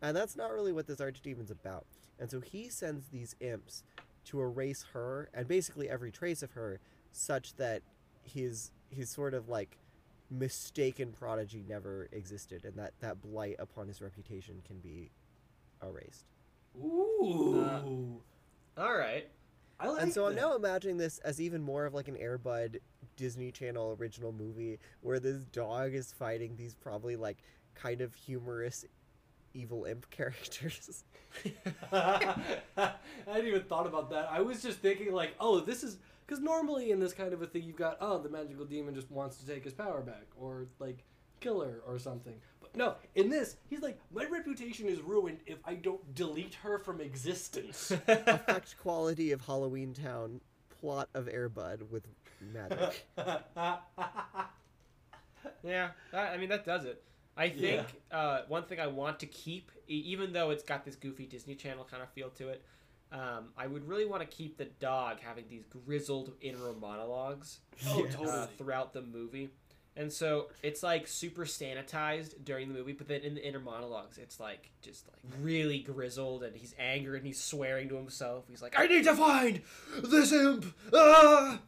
Speaker 3: and that's not really what this archdemon's about and so he sends these imps to erase her and basically every trace of her such that his his sort of like mistaken prodigy never existed and that that blight upon his reputation can be erased
Speaker 1: Ooh.
Speaker 2: All right.
Speaker 1: I like
Speaker 3: and so I'm
Speaker 1: that.
Speaker 3: now imagining this as even more of like an Airbud Disney Channel original movie where this dog is fighting these probably like kind of humorous evil imp characters.
Speaker 1: I hadn't even thought about that. I was just thinking like, oh, this is because normally in this kind of a thing, you've got oh, the magical demon just wants to take his power back or like kill her or something. But no, in this, he's like, my reputation is ruined if I don't delete her from existence.
Speaker 3: Effect quality of Halloween Town, plot of Airbud with
Speaker 1: Oh,
Speaker 3: magic.
Speaker 2: Yeah. That, I mean, that does it. I think uh, one thing I want to keep, e- even though it's got this goofy Disney Channel kind of feel to it, Um, I would really want to keep the dog having these grizzled inner monologues
Speaker 1: Oh,
Speaker 3: Yes.
Speaker 1: totally.
Speaker 2: uh, throughout the movie. And so it's like super sanitized during the movie, but then in the inner monologues, it's like just like really grizzled, and he's angry and he's swearing to himself. He's like, "I need to find this imp," ah!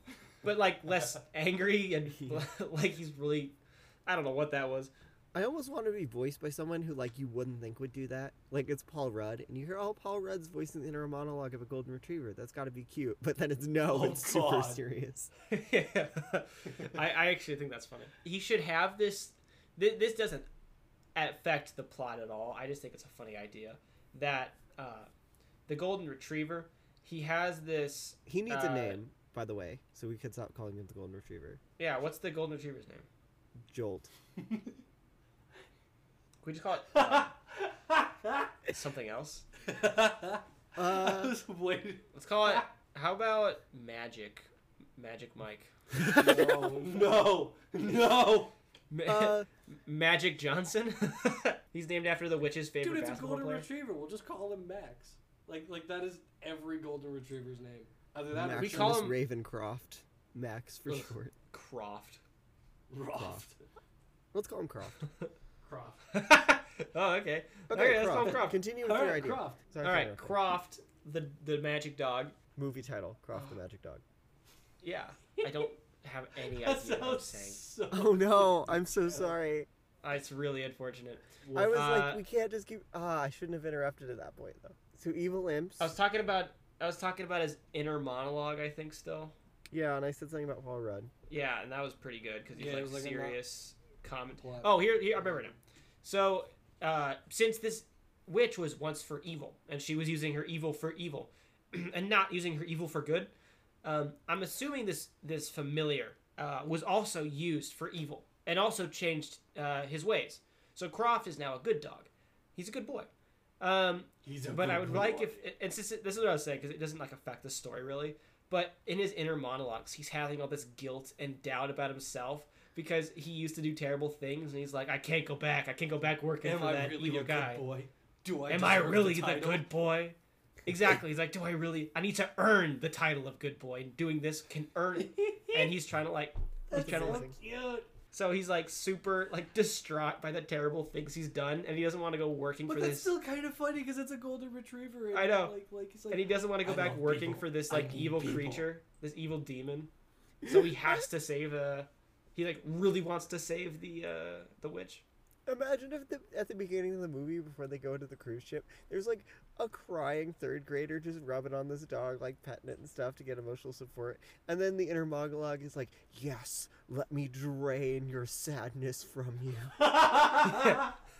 Speaker 2: but like less angry and like he's really, I don't know what that was.
Speaker 3: I almost want to be voiced by someone who like you wouldn't think would do that. Like it's Paul Rudd, and you hear all Paul Rudd's voice in the inner monologue of a golden retriever. That's got to be cute, but then it's no,
Speaker 1: Oh,
Speaker 3: it's super
Speaker 1: God.
Speaker 3: serious.
Speaker 2: yeah, I, I actually think that's funny. He should have this. Th- this doesn't affect the plot at all. I just think it's a funny idea that uh, the golden retriever he has this.
Speaker 3: He needs
Speaker 2: Uh,
Speaker 3: a name, by the way, so we could stop calling him the golden retriever.
Speaker 2: Yeah, what's the golden retriever's name?
Speaker 3: Jolt.
Speaker 2: Can we just call it uh, something else?
Speaker 1: I
Speaker 3: Uh,
Speaker 1: was waiting.
Speaker 2: Let's call it. How about magic? Magic Mike.
Speaker 1: No, no, no.
Speaker 2: Ma-
Speaker 3: uh,
Speaker 2: magic Johnson. He's named after the witch's favorite
Speaker 1: Dude, it's a
Speaker 2: basketball
Speaker 1: golden
Speaker 2: player.
Speaker 1: retriever. We'll just call him Max. Like, like that is every golden retriever's name. Either that or
Speaker 3: Maximus
Speaker 2: we call him-
Speaker 3: Ravencroft. Max for
Speaker 2: Ugh.
Speaker 3: short.
Speaker 2: Croft.
Speaker 1: Croft.
Speaker 3: Let's call him Croft.
Speaker 1: Croft.
Speaker 2: oh, okay. Okay, let's call him Croft.
Speaker 3: Continue with
Speaker 1: All
Speaker 3: your
Speaker 1: right,
Speaker 3: idea.
Speaker 1: Croft.
Speaker 3: Sorry
Speaker 2: All
Speaker 3: for
Speaker 2: right,
Speaker 3: interrupting.
Speaker 2: Croft, the the magic dog.
Speaker 3: Movie title: Croft the Magic Dog.
Speaker 2: Yeah, I don't have any idea
Speaker 1: That
Speaker 2: what I'm
Speaker 1: sounds so.
Speaker 2: saying.
Speaker 3: Oh no, I'm so sorry.
Speaker 2: Uh, it's really unfortunate.
Speaker 3: I was
Speaker 2: Uh,
Speaker 3: like, we can't just keep. Ah, I shouldn't have interrupted at that point though. So evil imps.
Speaker 2: I was talking about I was talking about his inner monologue. I think still.
Speaker 3: Yeah, and I said something about Paul Rudd.
Speaker 2: Yeah, and that was pretty good because he's
Speaker 1: Yeah, it
Speaker 2: like,
Speaker 1: was like a lot-
Speaker 2: serious comment.
Speaker 1: Plot.
Speaker 2: Oh, here, here I remember now. So, uh, since this witch was once for evil, and she was using her evil for evil, and not using her evil for good, um, I'm assuming this this familiar uh, was also used for evil and also changed uh, his ways. So Croft is now a good dog. He's a good boy. Um,
Speaker 1: He's a
Speaker 2: but I
Speaker 1: good
Speaker 2: would
Speaker 1: boy.
Speaker 2: like if and since it- this is what I was saying because it doesn't like affect the story really. But in his inner monologues, he's having all this guilt and doubt about himself because he used to do terrible things, and he's like, "I can't go back. I can't go back working
Speaker 1: Am
Speaker 2: for
Speaker 1: I
Speaker 2: that
Speaker 1: really
Speaker 2: evil
Speaker 1: a
Speaker 2: guy.
Speaker 1: good boy? Do I?
Speaker 2: Am I
Speaker 1: deserve the
Speaker 2: really the,
Speaker 1: title?
Speaker 2: good boy?" Exactly. He's like, "Do I really? I need to earn the title of good boy, and doing this can earn." it." and he's trying to like, he's
Speaker 3: That's
Speaker 2: trying to like,
Speaker 3: amazing.
Speaker 1: Cute.
Speaker 2: so he's like super like distraught by the terrible things he's done, and he doesn't want to go working
Speaker 1: But
Speaker 2: for
Speaker 1: that's
Speaker 2: this
Speaker 1: still kind of funny because it's a golden retriever. And
Speaker 2: I know.
Speaker 1: Like, like, it's like,
Speaker 2: and he doesn't want to go
Speaker 1: I
Speaker 2: back
Speaker 1: love
Speaker 2: working
Speaker 1: people.
Speaker 2: for this
Speaker 1: I
Speaker 2: like
Speaker 1: need
Speaker 2: evil
Speaker 1: people.
Speaker 2: creature, this evil demon. So he has to save uh he like really wants to save the uh the witch.
Speaker 3: Imagine if the, at the beginning of the movie, before they go into the cruise ship, there's like a crying third grader just rubbing on this dog, like petting it and stuff to get emotional support. And then the inner monologue is like, Yes, let me drain your sadness from you.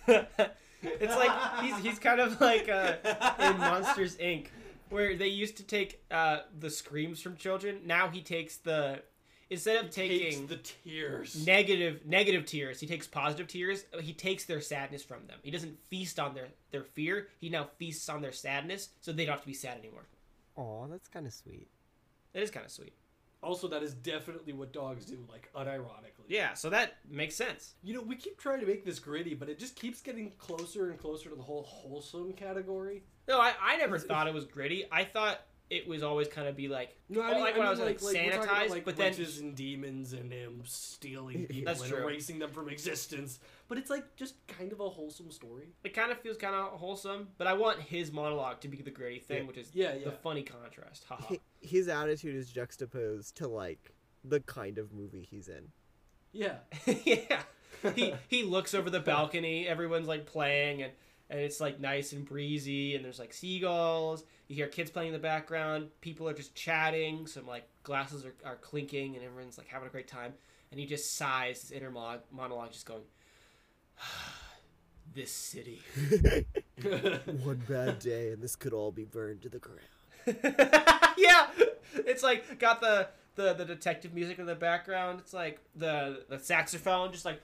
Speaker 2: it's like he's he's kind of like uh in Monsters Inc. where they used to take uh the screams from children. Now he takes the instead of
Speaker 1: Hates
Speaker 2: taking
Speaker 1: the tears.
Speaker 2: negative negative tears he takes positive tears he takes their sadness from them he doesn't feast on their their fear he now feasts on their sadness so they don't have to be sad anymore
Speaker 3: Aw, that's kind of sweet.
Speaker 2: That is kind of sweet.
Speaker 1: also, that is definitely what dogs do, like unironically.
Speaker 2: Yeah, so that makes sense.
Speaker 1: You know, we keep trying to make this gritty, but it just keeps getting closer and closer to the whole wholesome category.
Speaker 2: No, I, I never thought it was gritty. I thought it was always kind of be like,
Speaker 1: No,
Speaker 2: Oh, like when I was, like,
Speaker 1: we're talking
Speaker 2: sanitized, but then-
Speaker 1: witches and demons and imps stealing people
Speaker 2: That's
Speaker 1: and
Speaker 2: true.
Speaker 1: erasing them from existence. But it's like just kind of a wholesome story.
Speaker 2: it kind of feels kind of wholesome, but I want his monologue to be the gritty thing,
Speaker 3: Yeah.
Speaker 2: which is
Speaker 1: Yeah,
Speaker 2: the
Speaker 1: yeah.
Speaker 2: funny contrast. Haha.
Speaker 3: Hi- His attitude is juxtaposed to like the kind of movie he's in.
Speaker 1: Yeah.
Speaker 2: yeah. He he looks over the balcony, everyone's like playing and and it's like nice and breezy and there's like seagulls. You hear kids playing in the background, people are just chatting, some like glasses are, are clinking and everyone's like having a great time. And he just sighs his inner monologue, monologue just going this city.
Speaker 3: One bad day, and this could all be burned to the ground.
Speaker 2: yeah, it's like got the, the the detective music in the background. It's like the the saxophone, just like.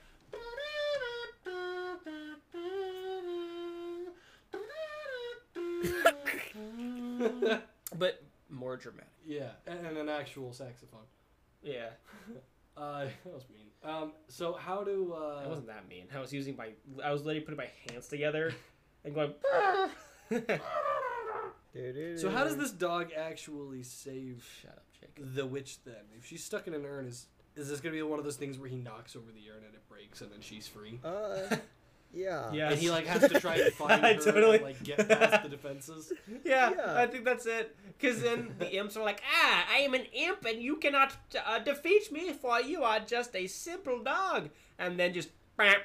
Speaker 2: but more dramatic.
Speaker 1: yeah. And, and an actual saxophone.
Speaker 2: Yeah,
Speaker 1: Uh, that was mean. Um, so how do uh,
Speaker 2: I wasn't that mean. I was using my I was literally putting my hands together and going.
Speaker 1: So how does this dog actually save
Speaker 2: Shut up, Jake.
Speaker 1: the witch then? If she's stuck in an urn, is is this gonna be one of those things where he knocks over the urn and it breaks and then she's free?
Speaker 3: Uh, yeah.
Speaker 2: Yeah.
Speaker 1: And he like has to try to find her
Speaker 2: I totally-
Speaker 1: and like get past the defenses.
Speaker 2: Yeah,
Speaker 3: Yeah.
Speaker 2: I think that's it. Because then the imps are like, ah, I am an imp and you cannot uh, defeat me, for you are just a simple dog. And then just, bam.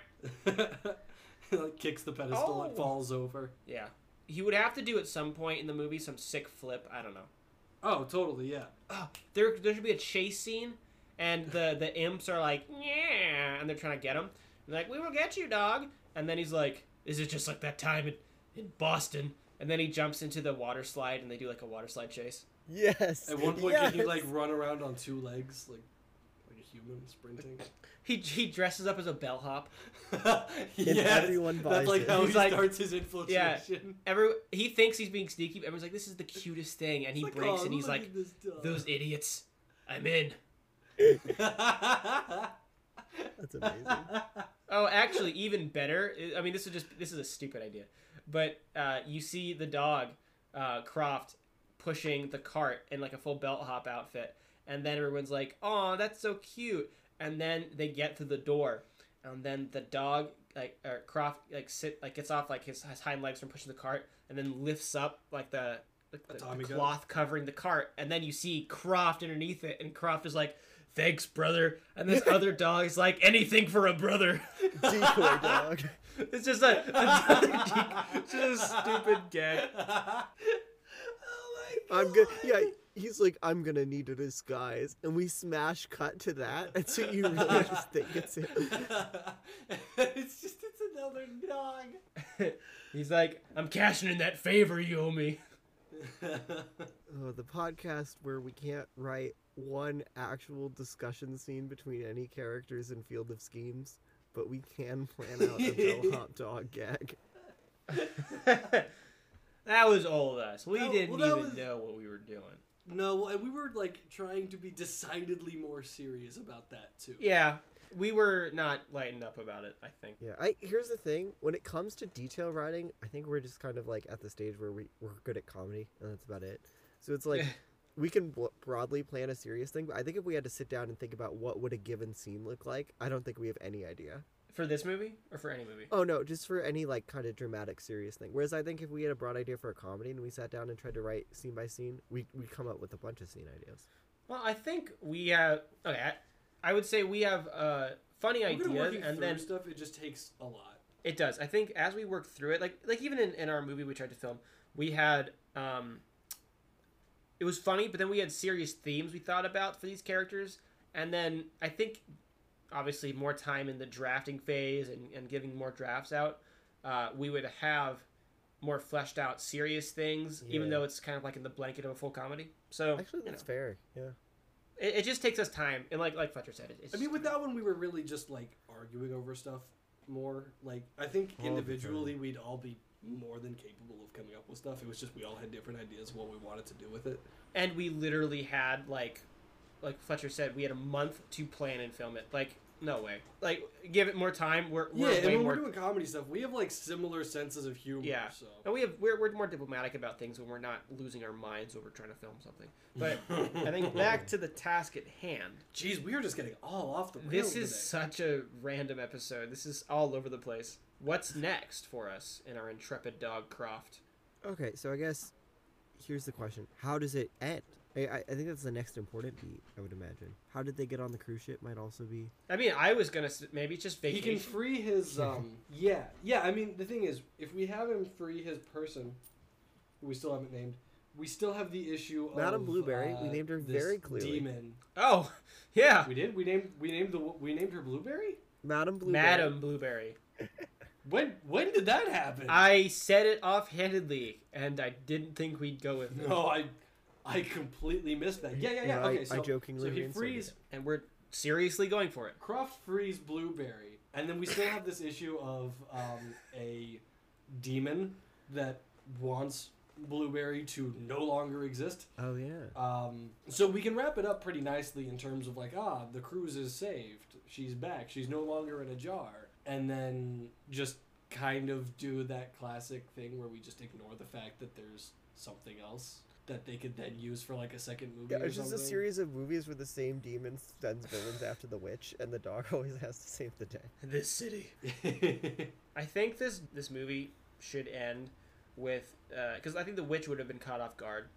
Speaker 1: He, like kicks the pedestal
Speaker 2: Oh.
Speaker 1: and falls over.
Speaker 2: Yeah. He would have to do at some point in the movie some sick flip. I don't know.
Speaker 1: Oh, totally, yeah.
Speaker 2: Oh, there, there should be a chase scene, and the, the imps are like, yeah, and they're trying to get him. They're like, we will get you, dog. And then he's like, is it just like that time in, in Boston? And then he jumps into the water slide, and they do like a water slide chase.
Speaker 3: Yes.
Speaker 1: At one point,
Speaker 3: yes.
Speaker 1: can he like run around on two legs, like like a human sprinting?
Speaker 2: He, he dresses up as a bellhop.
Speaker 1: Yes,
Speaker 3: everyone buys
Speaker 1: that's like
Speaker 3: it.
Speaker 1: how
Speaker 2: He's
Speaker 1: he
Speaker 2: like-
Speaker 1: starts his infiltration.
Speaker 2: Every he thinks he's being sneaky. but Everyone's like, "This is the cutest thing," and he
Speaker 1: It's like,
Speaker 2: breaks
Speaker 1: "Oh,
Speaker 2: and he's
Speaker 1: look
Speaker 2: like,
Speaker 1: at this dog."
Speaker 2: "Those idiots, I'm in."
Speaker 3: That's amazing.
Speaker 2: Oh, actually, even better. I- I mean, this is just this is a stupid idea, but uh, you see the dog uh, Croft pushing the cart in like a full belt hop outfit, and then everyone's like, "Oh, that's so cute!" And then they get to the door, and then the dog like or Croft like sit like gets off like his, his hind legs from pushing the cart, and then lifts up like the like the,
Speaker 1: A
Speaker 2: the
Speaker 1: Tommy gun.
Speaker 2: cloth covering the cart, and then you see Croft underneath it, and Croft is like. Thanks, brother. And this other dog is like anything for a brother.
Speaker 3: Decoy dog.
Speaker 2: It's just a, another geek- just a stupid gag.
Speaker 3: I'm good. Yeah. He's like, I'm gonna need a disguise, and we smash cut to that, and so you really just think it's him.
Speaker 1: it's just it's another dog.
Speaker 2: He's like, I'm cashing in that favor you owe me.
Speaker 3: Oh, the podcast where we can't write one actual discussion scene between any characters in Field of Schemes, but we can plan out a Bill Hop Dog gag.
Speaker 2: that was all of us. We
Speaker 1: That-
Speaker 2: didn't
Speaker 1: well, that
Speaker 2: even
Speaker 1: was-
Speaker 2: know what we were doing.
Speaker 1: no, and we were like trying to be decidedly more serious about that too.
Speaker 2: Yeah, we were not lightened up about it. I think.
Speaker 3: Yeah, I here's the thing. When it comes to detail writing, I think we're just kind of like at the stage where we we're good at comedy, and that's about it. So it's like we can bl- broadly plan a serious thing, but I think if we had to sit down and think about what would a given scene look like, I don't think we have any idea.
Speaker 2: For this movie or for any movie?
Speaker 3: Oh no, just for any like kind of dramatic serious thing. Whereas I think if we had a broad idea for a comedy and we sat down and tried to write scene by scene, we we come up with a bunch of scene ideas.
Speaker 2: Well, I think we have. Okay, I, I would say we have uh, funny
Speaker 1: We're gonna
Speaker 2: ideas,
Speaker 1: working
Speaker 2: and
Speaker 1: through
Speaker 2: then
Speaker 1: stuff. It just takes a lot.
Speaker 2: It does. I think as we work through it, like like even in, in our movie we tried to film, we had um it was funny, but then we had serious themes we thought about for these characters. And then I think obviously more time in the drafting phase and, and giving more drafts out, uh, we would have more fleshed out serious things, even
Speaker 3: Yeah.
Speaker 2: though it's kind of like in the blanket of a full comedy. So
Speaker 3: Actually,
Speaker 2: you know,
Speaker 3: that's fair. Yeah.
Speaker 2: it, it just takes us time. And like like Fletcher said, it, it's
Speaker 1: I mean,
Speaker 2: just-
Speaker 1: with that one, we were really just like arguing over stuff more. Like, I think
Speaker 3: All the
Speaker 1: individually, we'd all be more than capable of coming up with stuff. It was just we all had different ideas of what we wanted to do with it.
Speaker 2: and we literally had like like fletcher said we had a month to plan and film it like no way like give it more time we're, we're
Speaker 1: yeah, and
Speaker 2: way
Speaker 1: when
Speaker 2: more
Speaker 1: we're doing comedy stuff, we have like similar senses of humor.
Speaker 2: Yeah.
Speaker 1: So.
Speaker 2: and we have we're, we're more diplomatic about things when we're not losing our minds over trying to film something but i think back to the task at hand
Speaker 1: Jeez, we are just getting all off the rails
Speaker 2: this is such a random episode this is all over the place what's next for us in our intrepid dog croft
Speaker 3: Okay, so I guess here's the question: How does it end? I, I, I think that's the next important beat. I would imagine. How did they get on the cruise ship? Might also be.
Speaker 2: i mean i was gonna s- maybe it's just
Speaker 1: today. He
Speaker 2: vacation
Speaker 1: can free his. um Yeah, yeah. I mean, the thing is, if we have him free his person, who we still haven't named. We still have the issue
Speaker 3: Madame
Speaker 1: of
Speaker 3: Blueberry, we
Speaker 1: uh,
Speaker 3: named her
Speaker 1: this
Speaker 3: very clearly.
Speaker 1: Demon.
Speaker 2: oh yeah
Speaker 1: We did. We named. We named the. We named her Blueberry.
Speaker 3: Madam Blue.
Speaker 2: madam blueberry
Speaker 1: When when did that happen?
Speaker 2: I said it offhandedly, and I didn't think we'd go with it.
Speaker 1: no, I I completely missed that. Yeah, yeah, yeah.
Speaker 3: No, I-
Speaker 1: okay, so
Speaker 3: I jokingly
Speaker 1: so he
Speaker 3: reinserted
Speaker 1: frees
Speaker 3: it.
Speaker 2: And we're seriously going for it.
Speaker 1: Croft frees Blueberry, and then we still have this issue of um, a demon that wants Blueberry to no longer exist.
Speaker 3: Oh yeah.
Speaker 1: Um, so we can wrap it up pretty nicely in terms of like, ah, the cruise is saved. She's back. She's no longer in a jar. And then just kind of do that classic thing where we just ignore the fact that there's something else that they could then use for like a second movie.
Speaker 3: Yeah,
Speaker 1: or
Speaker 3: it's just a
Speaker 1: something.
Speaker 3: series of movies where the same demon sends villains after the witch, and the dog always has to save the day.
Speaker 2: This city. I think this this movie should end with because I think the witch would have been caught off guard,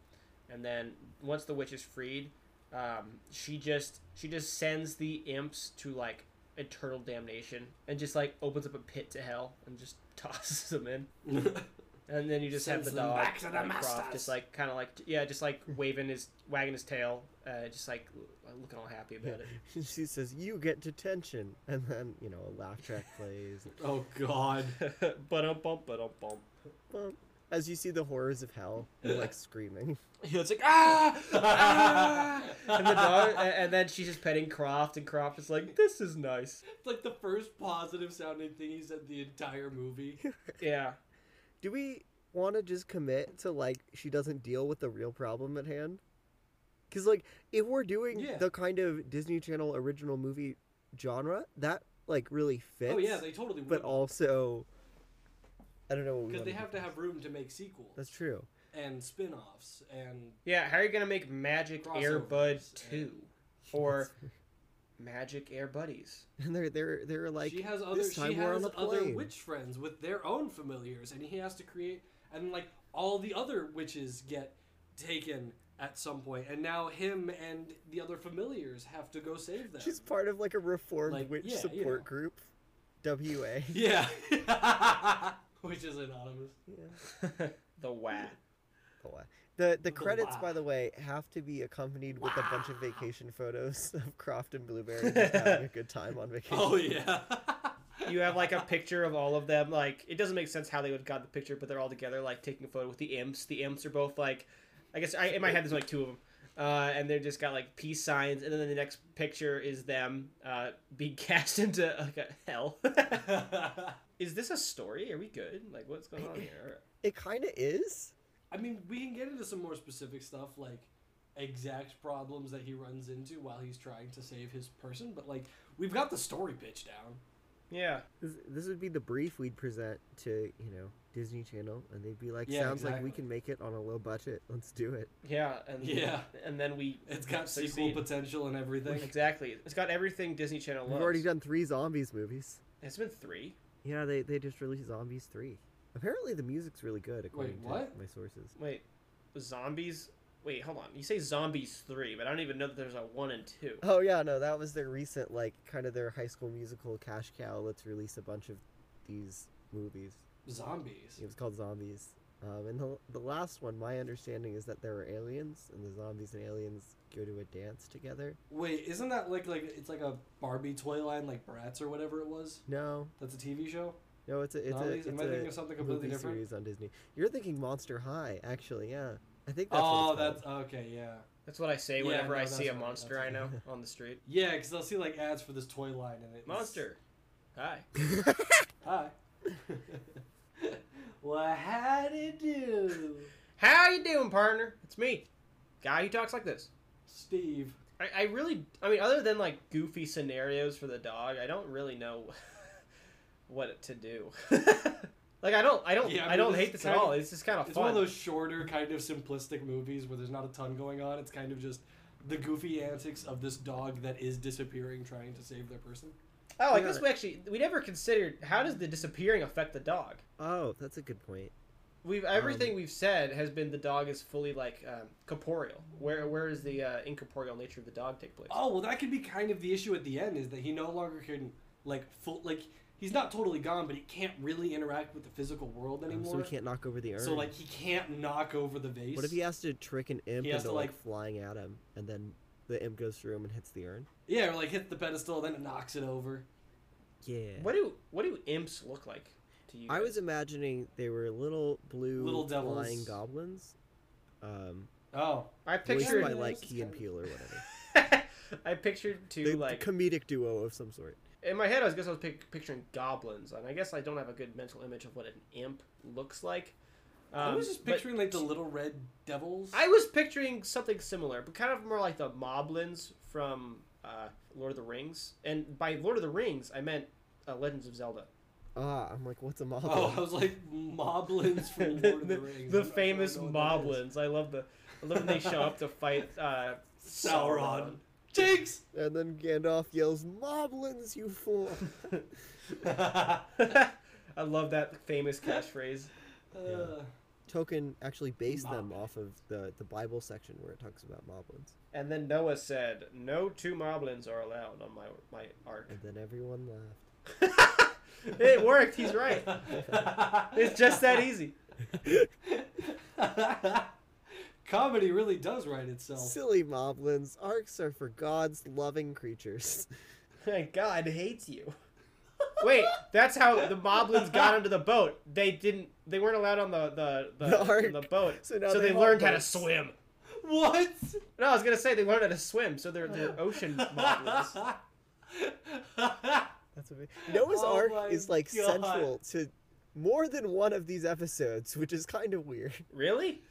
Speaker 2: and then once the witch is freed, um, she just she just sends the imps to like eternal damnation and just like opens up a pit to hell and just tosses them in, and then you just
Speaker 1: Sends
Speaker 2: have the
Speaker 1: them
Speaker 2: dog
Speaker 1: back to the
Speaker 2: Mycroft,
Speaker 1: masters.
Speaker 2: just like kind of like yeah, just like waving his wagging his tail, uh, just like looking all happy about it.
Speaker 3: she says, "You get detention," and then you know a laugh track plays.
Speaker 1: oh God.
Speaker 2: but um bump, but um bump.
Speaker 3: Well, as you see the horrors of hell, you're like screaming.
Speaker 2: Yeah, it's like ah, ah! and the dog, a-
Speaker 3: eh.
Speaker 2: and then she's just petting Croft, and Croft is like, "This is nice."
Speaker 1: It's like the first positive sounding thing he said the entire movie.
Speaker 2: Yeah,
Speaker 3: Do we want to just commit to like she doesn't deal with the real problem at hand? Because like if we're doing
Speaker 1: Yeah.
Speaker 3: the kind of Disney Channel original movie genre, that like really fits.
Speaker 1: oh yeah, they totally would.
Speaker 3: but also, I don't know what we
Speaker 1: because they
Speaker 3: wanna
Speaker 1: have
Speaker 3: do.
Speaker 1: to have room to make sequels
Speaker 3: That's true.
Speaker 1: and spin-offs and
Speaker 2: yeah. How are you gonna make Magic Air Bud
Speaker 1: Crossovers,
Speaker 2: two, or Magic Air Buddies?
Speaker 3: And they're they're they're like
Speaker 1: she has other
Speaker 3: this time
Speaker 1: she
Speaker 3: we're on
Speaker 1: has
Speaker 3: a
Speaker 1: other
Speaker 3: plane.
Speaker 1: witch friends with their own familiars and he has to create and like all the other witches get taken at some point and now him and the other familiars have to go save them
Speaker 3: she's part of like a reformed
Speaker 1: Like,
Speaker 3: witch
Speaker 1: yeah, you
Speaker 3: support
Speaker 1: know.
Speaker 3: group, WA.
Speaker 1: yeah which is anonymous
Speaker 3: Yeah.
Speaker 2: the wah.
Speaker 3: The wa- The
Speaker 1: The
Speaker 3: the credits,
Speaker 1: wa-
Speaker 3: by the way, have to be accompanied with a bunch of vacation photos of Croft and Blueberry just having a good time on vacation.
Speaker 1: oh yeah
Speaker 2: You have like a picture of all of them. Like it doesn't make sense how they would have got the picture, but they're all together, like taking a photo with the imps. The imps are both like, I guess I, in my head there's like two of them, uh, and they're just got like peace signs. And then the next picture is them uh, being cast into like a hell. is this a story? Are we good? Like what's going on here?
Speaker 3: It kind of is.
Speaker 1: i mean we can get into some more specific stuff like exact problems that he runs into while he's trying to save his person but like we've got the story pitch down
Speaker 2: Yeah,
Speaker 3: This, this would be the brief we'd present to you know Disney Channel, and they'd be like,
Speaker 1: Yeah,
Speaker 3: "Sounds like we
Speaker 1: exactly.
Speaker 3: can make it on a low budget. Let's do it."
Speaker 2: yeah, and
Speaker 1: Yeah.
Speaker 2: and then we
Speaker 1: it's got sequel
Speaker 2: succeed.
Speaker 1: potential and everything
Speaker 2: Exactly, it's got everything Disney Channel
Speaker 3: We've
Speaker 2: loves.
Speaker 3: already done three zombies movies.
Speaker 2: It's been three.
Speaker 3: Yeah, they they just released Zombies three. Apparently, the music's really good according
Speaker 1: what?
Speaker 3: to my sources.
Speaker 2: Wait, zombies? Wait, hold on. You say zombies three, but I don't even know that there's a one and two.
Speaker 3: Oh yeah, no, that was their recent like kind of their High School Musical cash cow. Let's release a bunch of these movies.
Speaker 1: zombies.
Speaker 3: It was called Zombies. Um, and the, the last one, my understanding is that there were aliens, and the zombies and aliens go to a dance together.
Speaker 1: Wait, isn't that like like it's like a Barbie toy line, like Bratz or whatever it was?
Speaker 3: No,
Speaker 1: That's a TV show.
Speaker 3: no, it's a it's
Speaker 1: Zombies?
Speaker 3: a
Speaker 1: Am
Speaker 3: it's
Speaker 1: I thinking
Speaker 3: a
Speaker 1: of something completely
Speaker 3: movie
Speaker 1: different?
Speaker 3: series on Disney. You're thinking Monster High, actually. Yeah, I think that's.
Speaker 1: oh,
Speaker 3: what it's
Speaker 1: that's okay. Yeah,
Speaker 2: That's what I say
Speaker 1: Yeah,
Speaker 2: whenever
Speaker 1: no,
Speaker 2: I
Speaker 1: that's
Speaker 2: see a
Speaker 1: right,
Speaker 2: monster
Speaker 1: that's
Speaker 2: I know
Speaker 3: right.
Speaker 2: on the street.
Speaker 1: yeah, because I'll see like ads for this toy line and it
Speaker 2: Monster. Hi.
Speaker 3: that's.
Speaker 1: Hi. well, how do you do,
Speaker 2: How you doing, partner? It's me, guy who talks like this.
Speaker 1: Steve?
Speaker 2: I, I really, I mean, other than like goofy scenarios for the dog, I don't really know what to do. like I don't, I don't,
Speaker 1: Yeah, I
Speaker 2: I,
Speaker 1: mean,
Speaker 2: don't
Speaker 1: this
Speaker 2: hate
Speaker 1: is
Speaker 2: this at
Speaker 1: kind of-
Speaker 2: all. It's just kind of
Speaker 1: It's
Speaker 2: fun.
Speaker 1: one of those shorter, kind of simplistic movies where there's not a ton going on. It's kind of just the goofy antics of this dog that is disappearing, trying to save their person.
Speaker 2: oh, like
Speaker 3: Yeah.
Speaker 2: this. We actually, we never considered how does the disappearing affect the dog.
Speaker 3: oh, that's a good point. Um,
Speaker 2: We've everything we've said has been the dog is fully like um, corporeal. Where where is the uh, incorporeal nature of the dog take place?
Speaker 1: Oh well, that could be kind of the issue at the end is that he no longer can like full like he's not totally gone, but he can't really interact with the physical world
Speaker 3: Um,
Speaker 1: anymore.
Speaker 3: so we can't knock over the urn.
Speaker 1: So, like he can't knock over the vase.
Speaker 3: What if he has to trick an imp
Speaker 1: He
Speaker 3: into
Speaker 1: has
Speaker 3: like,
Speaker 1: to, like-
Speaker 3: flying at him, and then the imp goes through him and hits the urn?
Speaker 1: Yeah, or like hit the pedestal, then it knocks it over.
Speaker 3: Yeah.
Speaker 2: What do what do imps look like to you?
Speaker 3: I
Speaker 2: guys?
Speaker 3: was imagining they were little blue
Speaker 1: Little devils.
Speaker 3: flying goblins, um,
Speaker 1: Oh,
Speaker 2: I
Speaker 3: voiced
Speaker 1: Picture-
Speaker 2: pictured
Speaker 3: by like
Speaker 1: Yeah,
Speaker 3: Key and
Speaker 1: it's
Speaker 3: Peele or whatever.
Speaker 2: I pictured two
Speaker 3: the
Speaker 2: like
Speaker 3: comedic duo of some sort.
Speaker 2: in my head. I was guess I was pic- picturing goblins, and I guess I don't have a good mental image of what an imp looks like.
Speaker 1: I
Speaker 2: Um,
Speaker 1: was just
Speaker 2: but
Speaker 1: picturing like the little red devils.
Speaker 2: I was picturing something similar, but kind of more like the moblins from uh, Lord of the Rings. And by Lord of the Rings, I meant uh, Legends of Zelda.
Speaker 3: Ah, I'm like, what's a moblin?
Speaker 1: Oh, I was like moblins from Lord of the Rings.
Speaker 2: the
Speaker 1: I'm not
Speaker 2: famous
Speaker 1: sure I know what that is.
Speaker 2: moblins. I love the. I love when they show up to fight uh,
Speaker 1: Sauron. Jinx.
Speaker 3: And then Gandalf yells, "Moblins, you fool!"
Speaker 2: Sauron. I love that famous catchphrase.
Speaker 1: Uh,
Speaker 3: Tolkien actually based them off of the the Bible section where it talks about moblins,
Speaker 2: And then Noah said, "No two moblins are allowed on my my ark."
Speaker 3: and then everyone laughed.
Speaker 2: it worked. He's right. It's just that easy.
Speaker 1: Comedy really does write itself.
Speaker 3: Silly moblins, arcs are for gods, loving creatures.
Speaker 2: God hates you. Wait, that's how the moblins got onto the boat. They didn't. They weren't allowed on the the the,
Speaker 3: The ark.
Speaker 2: on the boat.
Speaker 3: So
Speaker 2: So,
Speaker 3: now
Speaker 2: they,
Speaker 3: they want
Speaker 2: learned how to
Speaker 3: boats.
Speaker 2: swim.
Speaker 1: What?
Speaker 2: No, I was gonna say they learned how to swim. So they're, they're ocean moblins.
Speaker 3: That's amazing. Noah's
Speaker 1: Oh my
Speaker 3: Ark is like
Speaker 1: God.
Speaker 3: central to more than one of these episodes, which is kind of weird.
Speaker 2: Really?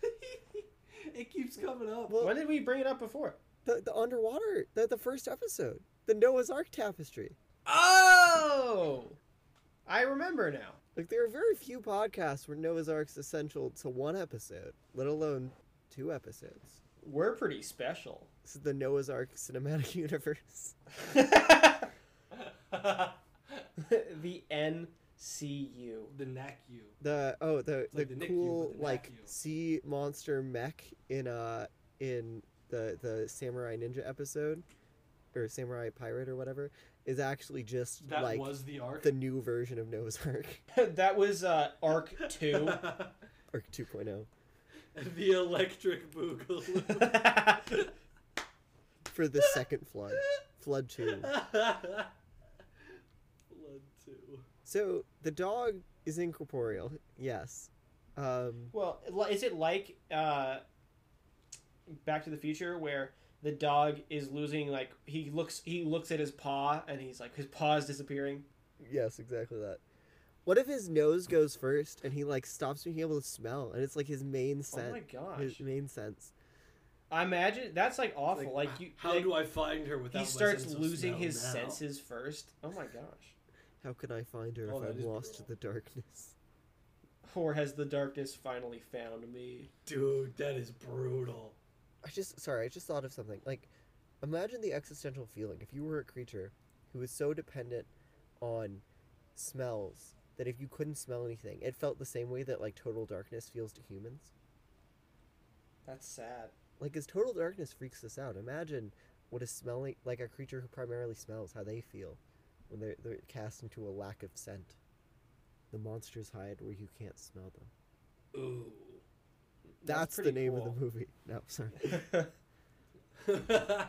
Speaker 1: it keeps coming up.
Speaker 3: Well,
Speaker 2: When did we bring it up before?
Speaker 3: the, the underwater, the, the first episode, the Noah's Ark tapestry.
Speaker 2: Oh, I remember now.
Speaker 3: Like there are very few podcasts where Noah's Ark's essential to one episode, let alone two episodes.
Speaker 2: We're pretty special.
Speaker 3: This is the Noah's Ark cinematic universe.
Speaker 2: the NCU.
Speaker 1: the neck you.
Speaker 3: The oh the
Speaker 1: like
Speaker 3: the,
Speaker 1: the NICU,
Speaker 3: cool
Speaker 1: but the
Speaker 3: like
Speaker 1: NACU.
Speaker 3: sea monster mech in uh in the the samurai ninja episode or samurai pirate or whatever is actually just
Speaker 1: That
Speaker 3: like
Speaker 1: was the arc.
Speaker 3: the new version of Noah's Ark,
Speaker 2: that was uh, Arc 2.
Speaker 3: Ark oh, 2.0.
Speaker 1: the electric boogaloo.
Speaker 3: for the second flood, flood two.
Speaker 1: Blood two.
Speaker 3: So the dog is incorporeal, yes. Um,
Speaker 2: well, li- is it like uh, Back to the Future where the dog is losing like he looks he looks at his paw and he's like his paw is disappearing.
Speaker 3: yes, exactly that. What if his nose goes first and he like stops being able to smell, and it's like his main
Speaker 2: Oh my
Speaker 3: sense,
Speaker 2: gosh.
Speaker 3: his main sense.
Speaker 2: I imagine that's like awful. Like, you
Speaker 1: how
Speaker 2: like,
Speaker 1: do I find her without?
Speaker 2: he
Speaker 1: my
Speaker 2: starts
Speaker 1: sense of
Speaker 2: losing
Speaker 1: smell
Speaker 2: his
Speaker 1: now?
Speaker 2: senses first. Oh my gosh.
Speaker 3: How can I find her
Speaker 1: Oh,
Speaker 3: if
Speaker 1: that
Speaker 3: I'm
Speaker 1: is
Speaker 3: lost to the darkness?
Speaker 2: Or has the darkness finally found me?
Speaker 1: Dude, that is brutal.
Speaker 3: I just sorry, I just thought of something. Like, imagine the existential feeling if you were a creature who was so dependent on smells that if you couldn't smell anything, it felt the same way that like total darkness feels to humans.
Speaker 2: That's sad.
Speaker 3: Like, as total darkness freaks us out, imagine what a smelling like a creature who primarily smells how they feel when they're they're cast into a lack of scent. The monsters hide where you can't smell them.
Speaker 1: Ooh.
Speaker 3: That's, the
Speaker 2: pretty
Speaker 3: name of
Speaker 2: cool.
Speaker 3: the movie. No, sorry.
Speaker 1: the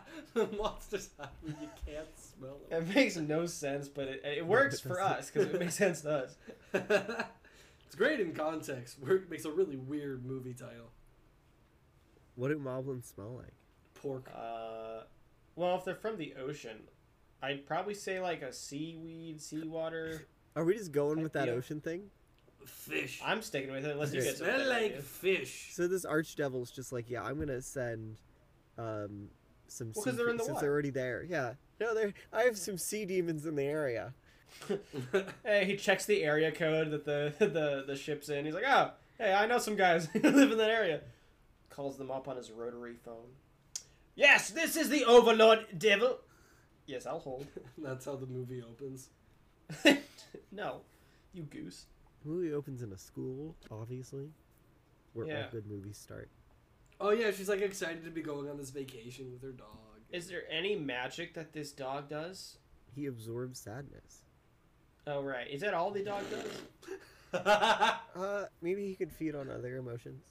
Speaker 1: monsters hide when you can't smell them.
Speaker 2: It makes no sense, but it, it
Speaker 3: No,
Speaker 2: works
Speaker 3: it
Speaker 2: for
Speaker 3: doesn't.
Speaker 2: us because it makes sense to us.
Speaker 1: it's great in context. Where it makes a really weird movie title.
Speaker 3: What do moblins smell like?
Speaker 1: Pork.
Speaker 2: Uh, well, if they're from the ocean, I'd probably say like a seaweed, seawater.
Speaker 3: Are we just going with that
Speaker 2: Yeah.
Speaker 3: ocean thing?
Speaker 2: Uh,
Speaker 1: Fish.
Speaker 2: I'm sticking with it unless you
Speaker 1: They
Speaker 2: get
Speaker 1: smell
Speaker 2: something.
Speaker 1: like
Speaker 2: Like...
Speaker 1: fish.
Speaker 3: So this archdevil's just like, yeah, I'm gonna send um some
Speaker 2: Well, 'cause
Speaker 3: sea
Speaker 2: they're in the
Speaker 3: cre- since
Speaker 2: water.
Speaker 3: they're already there. Yeah. No, they're I have some sea demons in the area.
Speaker 2: Hey, he checks the area code that the the the ship's in. He's like, oh, hey, I know some guys who live in that area. Calls them up on his rotary phone. Yes, this is the Overlord Devil. Yes, I'll hold.
Speaker 1: That's how the movie opens.
Speaker 2: no, you goose.
Speaker 3: The movie opens in a school, obviously. Where all
Speaker 2: Yeah.
Speaker 3: good movies start.
Speaker 1: Oh yeah, she's like excited to be going on this vacation with her dog.
Speaker 2: Is there any magic that this dog does?
Speaker 3: He absorbs sadness.
Speaker 2: Oh right, is that all the dog does?
Speaker 1: I
Speaker 3: Uh maybe he could feed on other emotions.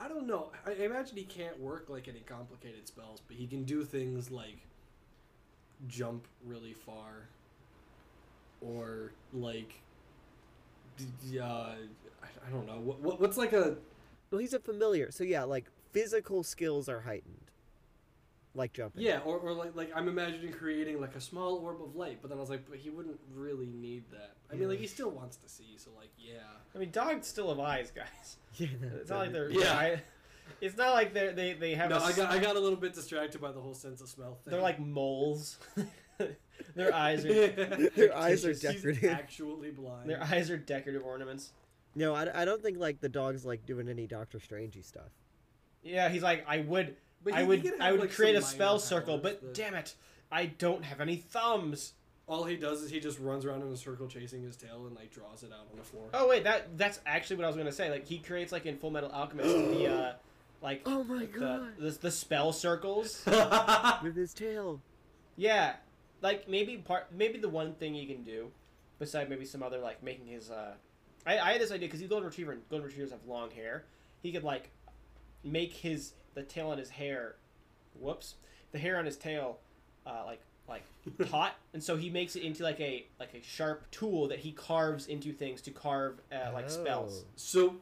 Speaker 1: don't know. I I imagine he can't work like any complicated spells, but he can do things like jump really far, or like, d- d- uh, I I don't know. What, what what's like a
Speaker 3: Well he's a familiar, so yeah, like physical skills are heightened. Like jumping.
Speaker 1: yeah, or, or like like I'm imagining creating like a small orb of light, but then I was like, but he wouldn't really need that. I mean, like he still wants to see, so like yeah.
Speaker 2: I mean, dogs still have eyes, guys.
Speaker 3: Yeah, no,
Speaker 2: It's not like they're
Speaker 1: Yeah.
Speaker 2: I- It's not like they they they have.
Speaker 1: No,
Speaker 2: a
Speaker 1: I
Speaker 2: s-
Speaker 1: got I got a little bit distracted by the whole sense of smell thing.
Speaker 2: They're like moles. their eyes are
Speaker 3: Their eyes are
Speaker 1: She's
Speaker 3: decorative.
Speaker 1: Actually blind.
Speaker 2: their eyes are decorative ornaments.
Speaker 3: No, I, I don't think like the dog's like doing any Doctor Strangey stuff.
Speaker 2: Yeah, he's like, I would,
Speaker 1: But
Speaker 2: I
Speaker 1: he- he
Speaker 2: would,
Speaker 1: can have,
Speaker 2: I would
Speaker 1: like, some
Speaker 2: create a
Speaker 1: minor
Speaker 2: spell circle,
Speaker 1: powers
Speaker 2: but
Speaker 1: that-
Speaker 2: damn it, I don't have any thumbs.
Speaker 1: All he does is he just runs around in a circle chasing his tail and like draws it out on the floor.
Speaker 2: Oh wait, that that's actually what I was gonna say. Like he creates like in Full Metal Alchemist the, uh, like
Speaker 3: Oh my
Speaker 2: the,
Speaker 3: god!
Speaker 2: the the spell circles.
Speaker 1: Oh.
Speaker 3: With his tail.
Speaker 2: Yeah, like maybe part, maybe the one thing you can do, beside maybe some other like making his. uh I, I had this idea because he's golden retriever and golden retrievers have long hair. He could like make his the tail on his hair, whoops, the hair on his tail, uh, like like taut, and so he makes it into like a like a sharp tool that he carves into things to carve uh, like spells.
Speaker 3: Oh,
Speaker 1: so,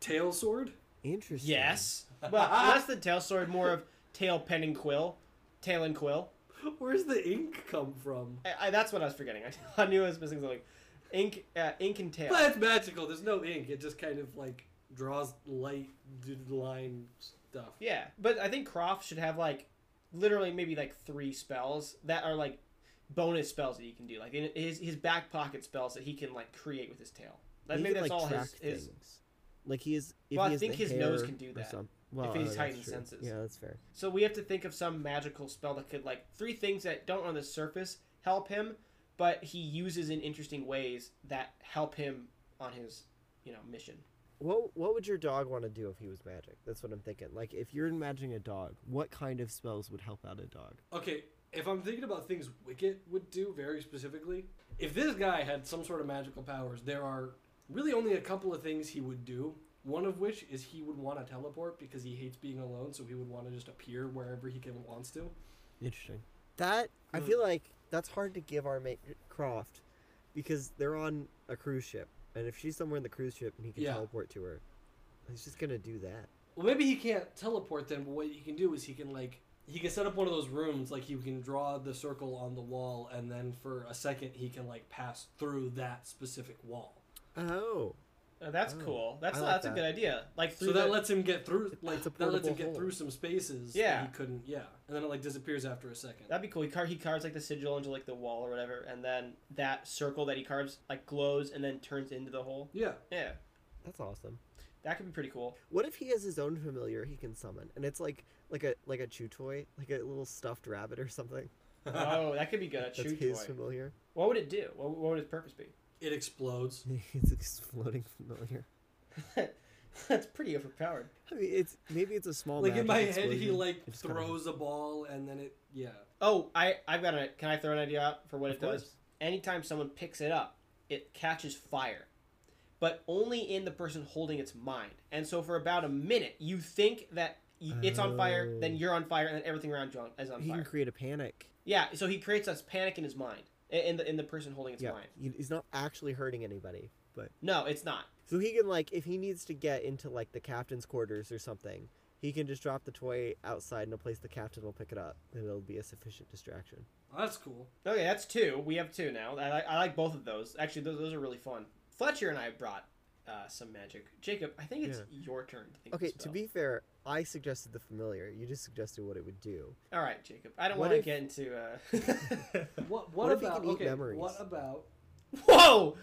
Speaker 1: tail sword.
Speaker 3: Interesting.
Speaker 2: Yes, well that's the tail sword, more of tail pen and quill, tail and quill.
Speaker 1: Where's the ink come from?
Speaker 2: I, I, that's what I was forgetting. I, I knew I was missing something. Ink, uh, ink and tail.
Speaker 1: But it's magical. There's no ink. It just kind of like draws light d- line stuff.
Speaker 2: yeah, but I think Croft should have like literally maybe like three spells that are like bonus spells that you can do, like in his his back pocket spells that he can like create with his tail. Like,
Speaker 3: He
Speaker 2: maybe
Speaker 3: could,
Speaker 2: that's
Speaker 3: like,
Speaker 2: all
Speaker 3: track
Speaker 2: his. his
Speaker 3: things. Like he is. If
Speaker 2: Well,
Speaker 3: he
Speaker 2: I
Speaker 3: has
Speaker 2: think
Speaker 3: the
Speaker 2: his nose
Speaker 3: hair
Speaker 2: can do
Speaker 3: or
Speaker 2: that,
Speaker 3: some- Well,
Speaker 2: he's
Speaker 3: oh, that's
Speaker 2: heightened
Speaker 3: true.
Speaker 2: senses.
Speaker 3: Yeah, that's fair.
Speaker 2: so we have to think of some magical spell that could like three things that don't on the surface help him, but he uses in interesting ways that help him on his you know mission.
Speaker 3: What What would your dog want to do if he was magic? That's what I'm thinking. Like if you're imagining a dog, what kind of spells would help out a dog?
Speaker 1: Okay, if I'm thinking about things Wicket would do very specifically, if this guy had some sort of magical powers, there are really only a couple of things he would do. One of which is he would want to teleport because he hates being alone, so he would want to just appear wherever he can wants to.
Speaker 3: Interesting. That I
Speaker 1: Hmm.
Speaker 3: feel like that's hard to give our mate Croft, because they're on a cruise ship, and if she's somewhere in the cruise ship and he can
Speaker 1: Yeah.
Speaker 3: teleport to her, he's just gonna do that.
Speaker 1: Well, maybe he can't teleport then, but what he can do is he can, like, he can set up one of those rooms, like, he can draw the circle on the wall, and then for a second, he can, like, pass through that specific wall.
Speaker 3: Oh,
Speaker 2: Uh, that's
Speaker 3: Oh,
Speaker 2: cool. That's
Speaker 3: I like
Speaker 2: that's a
Speaker 3: that.
Speaker 2: good idea. Like
Speaker 1: So
Speaker 2: through
Speaker 1: that
Speaker 2: the-
Speaker 1: lets him get through, like,
Speaker 3: It's a
Speaker 1: that lets him
Speaker 3: portable
Speaker 1: get
Speaker 3: hole.
Speaker 1: through some spaces
Speaker 2: Yeah.
Speaker 1: that he couldn't, yeah. And then it, like, disappears after a second.
Speaker 2: That'd be cool. He, car- he carves like the sigil into like the wall or whatever, and then that circle that he carves like glows and then turns into the hole.
Speaker 1: yeah.
Speaker 2: Yeah,
Speaker 3: that's awesome.
Speaker 2: that could be pretty cool.
Speaker 3: What if he has his own familiar he can summon, and it's like like a like a chew toy, like a little stuffed rabbit or something?
Speaker 2: oh, that could be good. A
Speaker 3: That's
Speaker 2: chew toy.
Speaker 3: his familiar.
Speaker 2: What would it do? What, what would its purpose be?
Speaker 1: It explodes.
Speaker 3: He's exploding familiar.
Speaker 2: that's pretty overpowered.
Speaker 3: I mean, it's maybe it's a small.
Speaker 1: like, in
Speaker 3: magic
Speaker 1: my head, he,
Speaker 3: explosion.
Speaker 1: like,
Speaker 3: It's kinda-
Speaker 1: throws a ball, and then it, yeah.
Speaker 2: Oh, I I've got a. Can I throw an idea out for what
Speaker 3: Of
Speaker 2: it does?
Speaker 3: course.
Speaker 2: Anytime someone picks it up, it catches fire, but only in the person holding its mind. And so for about a minute, you think that. y It's on fire,
Speaker 3: Oh.
Speaker 2: then you're on fire, and then everything around you on- is on
Speaker 3: He
Speaker 2: fire.
Speaker 3: can create a panic.
Speaker 2: Yeah, so he creates this panic in his mind, in- in the in the person holding its
Speaker 3: yeah,
Speaker 2: mind.
Speaker 3: he- he's not actually hurting anybody, but
Speaker 2: No, it's not.
Speaker 3: So he can like if he needs to get into like the captain's quarters or something, he can just drop the toy outside in a place the captain will pick it up, and it'll be a sufficient distraction.
Speaker 1: Oh, that's cool.
Speaker 2: Okay, that's two. We have two now. I, li- I like both of those. Actually, those, those are really fun. Fletcher and I brought uh, some magic. Jacob, I think it's
Speaker 3: Yeah.
Speaker 2: your turn to think. of a
Speaker 3: Okay, to
Speaker 2: spell.
Speaker 3: be fair, I suggested the familiar. You just suggested what it would do.
Speaker 2: all right, Jacob. I don't
Speaker 3: What
Speaker 2: want to
Speaker 3: if-
Speaker 2: get into. Uh...
Speaker 1: What, what,
Speaker 3: What if he
Speaker 1: about,
Speaker 3: can eat
Speaker 1: okay,
Speaker 3: memories?
Speaker 1: what about
Speaker 2: Whoa!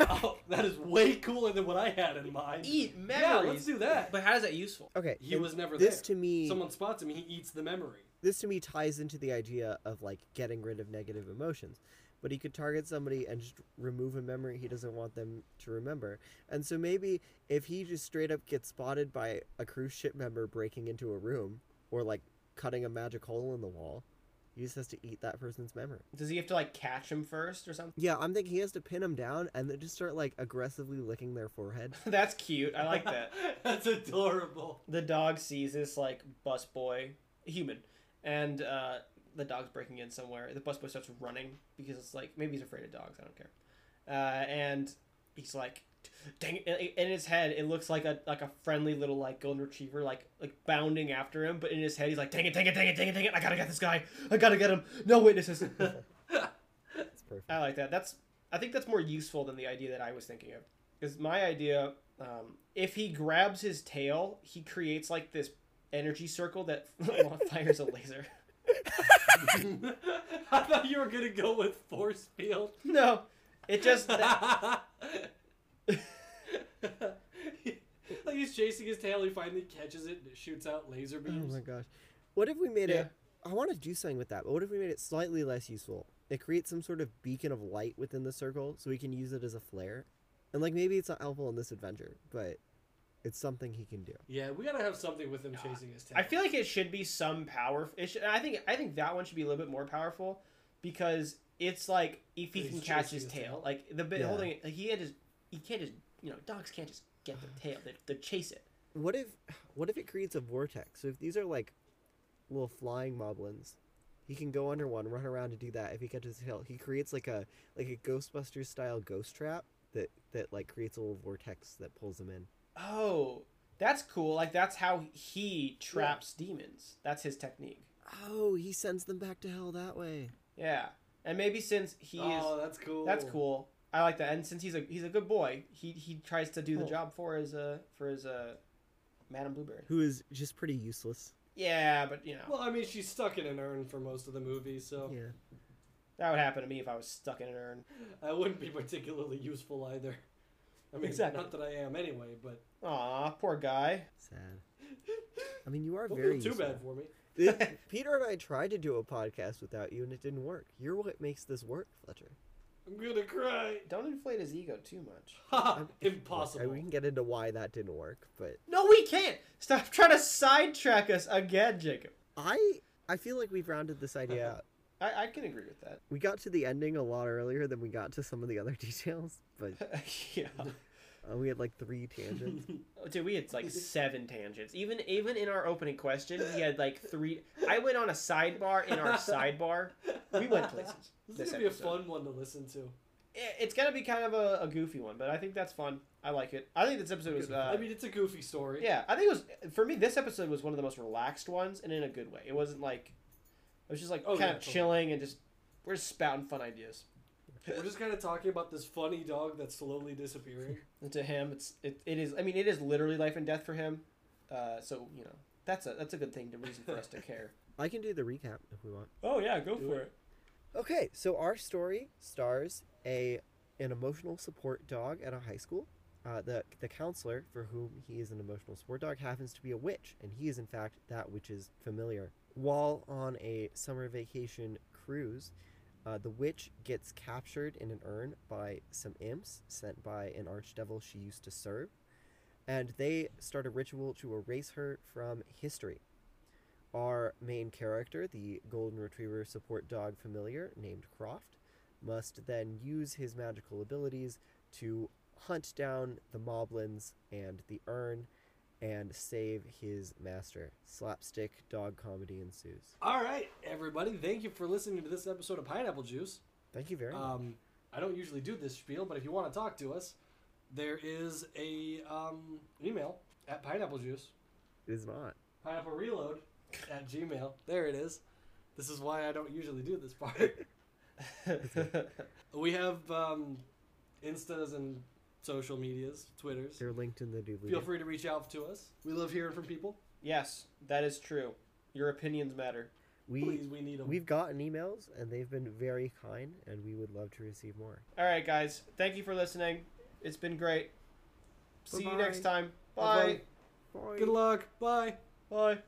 Speaker 1: oh, that is way cooler than what I had in mind.
Speaker 2: Eat memories.
Speaker 1: Yeah, let's do that.
Speaker 2: But how is that useful?
Speaker 3: Okay,
Speaker 1: He
Speaker 3: and
Speaker 1: was never
Speaker 3: this
Speaker 1: there.
Speaker 3: to me.
Speaker 1: Someone spots him, he eats the memory.
Speaker 3: This to me ties into the idea of like getting rid of negative emotions. But he could target somebody and just remove a memory he doesn't want them to remember. And so maybe if he just straight up gets spotted by a cruise ship member breaking into a room or like cutting a magic hole in the wall, he just has to eat that person's memory.
Speaker 2: Does he have to like catch him first or something?
Speaker 3: Yeah, I'm thinking he has to pin him down and then just start like aggressively licking their forehead.
Speaker 2: that's cute. I like that.
Speaker 1: That's adorable.
Speaker 2: the dog sees this like busboy human, and uh, the dog's breaking in somewhere. The busboy starts running because it's like maybe he's afraid of dogs. I don't care. Uh, and he's like, dang! It. and- In his head, it looks like a like a friendly little like golden retriever like like bounding after him. But in his head, he's like, dang it, dang it, dang it, dang it, dang it! I gotta get this guy. I gotta get him. No witnesses.
Speaker 3: That's perfect.
Speaker 2: I like that. That's I think that's more useful than the idea that I was thinking of. Because my idea, um, if he grabs his tail, he creates like this energy circle that fires a laser.
Speaker 1: I thought you were gonna go with force field.
Speaker 2: No, it just that-
Speaker 1: like he's chasing his tail, he finally catches it and it shoots out laser
Speaker 3: Oh
Speaker 1: beams.
Speaker 3: my gosh. What if we made
Speaker 2: Yeah.
Speaker 3: it? I want to do something with that, but what if we made it slightly less useful? It creates some sort of beacon of light within the circle so we can use it as a flare. And, like, maybe it's not helpful in this adventure, but it's something he can do.
Speaker 1: yeah, we gotta have something with him chasing his tail.
Speaker 2: I feel like it should be some power. It should, I think I think that one should be a little bit more powerful because it's like if he
Speaker 1: He's
Speaker 2: can catch
Speaker 1: chasing
Speaker 2: his
Speaker 1: his
Speaker 2: tail,
Speaker 1: tail.
Speaker 2: like the bit
Speaker 3: Yeah.
Speaker 2: holding it, like he had his, he can't just you know dogs can't just get their tail. They, they chase it.
Speaker 3: What if what if it creates a vortex? So if these are like little flying moblins, he can go under one, run around and do that. If he catches a tail, he creates like a like a Ghostbusters style ghost trap that that like creates a little vortex that pulls him in.
Speaker 2: Oh, that's cool. Like that's how he traps demons. That's his technique.
Speaker 3: Oh, he sends them back to hell that way.
Speaker 2: Yeah, and maybe since he is
Speaker 1: oh, that's cool.
Speaker 2: That's cool. I like that. And since he's a he's a good boy, he he tries to do the
Speaker 3: Cool.
Speaker 2: job for his uh for his uh Madam Blueberry.
Speaker 3: Who is just pretty useless.
Speaker 2: Yeah, but you know
Speaker 1: Well, I mean, she's stuck in an urn for most of the movie, so
Speaker 3: Yeah.
Speaker 2: that would happen to me if I was stuck in an urn.
Speaker 1: I wouldn't be particularly useful either. I mean,
Speaker 2: Exactly.
Speaker 1: not that I am anyway, but
Speaker 2: Aw, poor guy.
Speaker 3: Sad. I mean, you are
Speaker 1: don't
Speaker 3: very
Speaker 1: feel too
Speaker 3: useful.
Speaker 1: bad for me.
Speaker 3: Th- Peter and I tried to do a podcast without you, and it didn't work. You're what makes this work, Fletcher.
Speaker 1: I'm gonna cry.
Speaker 2: Don't inflate his ego too much.
Speaker 1: Ha!
Speaker 3: I'm-
Speaker 1: Ah, Impossible.
Speaker 3: I- we can get into why that didn't work, but
Speaker 2: No, we can't. Stop trying to sidetrack us again, Jacob.
Speaker 3: I I feel like we've rounded this
Speaker 1: Uh-huh.
Speaker 3: idea out.
Speaker 2: I, I can agree with that.
Speaker 3: We got to the ending a lot earlier than we got to some of the other details, but
Speaker 2: yeah.
Speaker 3: uh, we had like three tangents.
Speaker 2: Oh, Dude, we had like seven tangents. Even even in our opening question, we had like three. I went on a sidebar in our sidebar. We went places.
Speaker 1: This is gonna be a fun one to listen to.
Speaker 2: it- it's gonna be kind of a, a goofy one, but I think that's fun. I like it. I think this episode was. Uh,
Speaker 1: I mean, it's a goofy story.
Speaker 2: yeah, I think it was for me. This episode was one of the most relaxed ones, and in a good way. It wasn't like it was just like
Speaker 1: Oh,
Speaker 2: kind
Speaker 1: yeah,
Speaker 2: of
Speaker 1: totally.
Speaker 2: chilling and just we're just spouting fun ideas.
Speaker 1: We're just kind of talking about this funny dog that's slowly disappearing.
Speaker 2: And to him, it's it, it is. I mean, it is literally life and death for him. Uh, so you know that's a that's a good thing to reason for us to care.
Speaker 3: I can do the recap if we want.
Speaker 2: Oh yeah, go
Speaker 1: for
Speaker 2: it.
Speaker 3: Okay, so our story stars a an emotional support dog at a high school. Uh, the the counselor for whom he is an emotional support dog happens to be a witch, and he is in fact that which is familiar. While on a summer vacation cruise, uh, the witch gets captured in an urn by some imps sent by an archdevil she used to serve, and they start a ritual to erase her from history our main character, the golden retriever support dog familiar named Croft, must then use his magical abilities to hunt down the moblins and the urn and save his master. Slapstick dog comedy ensues.
Speaker 1: All right, everybody. Thank you for listening to this episode of Pineapple Juice.
Speaker 3: Thank you very much.
Speaker 1: Um, I don't usually do this spiel, but if you want to talk to us, there is a um, email at pineapple juice,
Speaker 3: It is not.
Speaker 1: pineapple reload at Gmail. There it is. This is why I don't usually do this part. we have um, instas and social medias, twitters.
Speaker 3: They're linked in the
Speaker 1: Feel
Speaker 3: doobly.
Speaker 1: free to reach out to us. We love hearing from people.
Speaker 2: yes, that is true. Your opinions matter.
Speaker 3: We
Speaker 1: Please, we need them.
Speaker 3: we've gotten emails and they've been very kind and we would love to receive more.
Speaker 2: All right, guys. Thank you for listening. It's been great. See you
Speaker 3: Bye-bye.
Speaker 2: next time.
Speaker 1: Bye-bye.
Speaker 2: Bye.
Speaker 1: Good luck. Bye.
Speaker 2: Bye.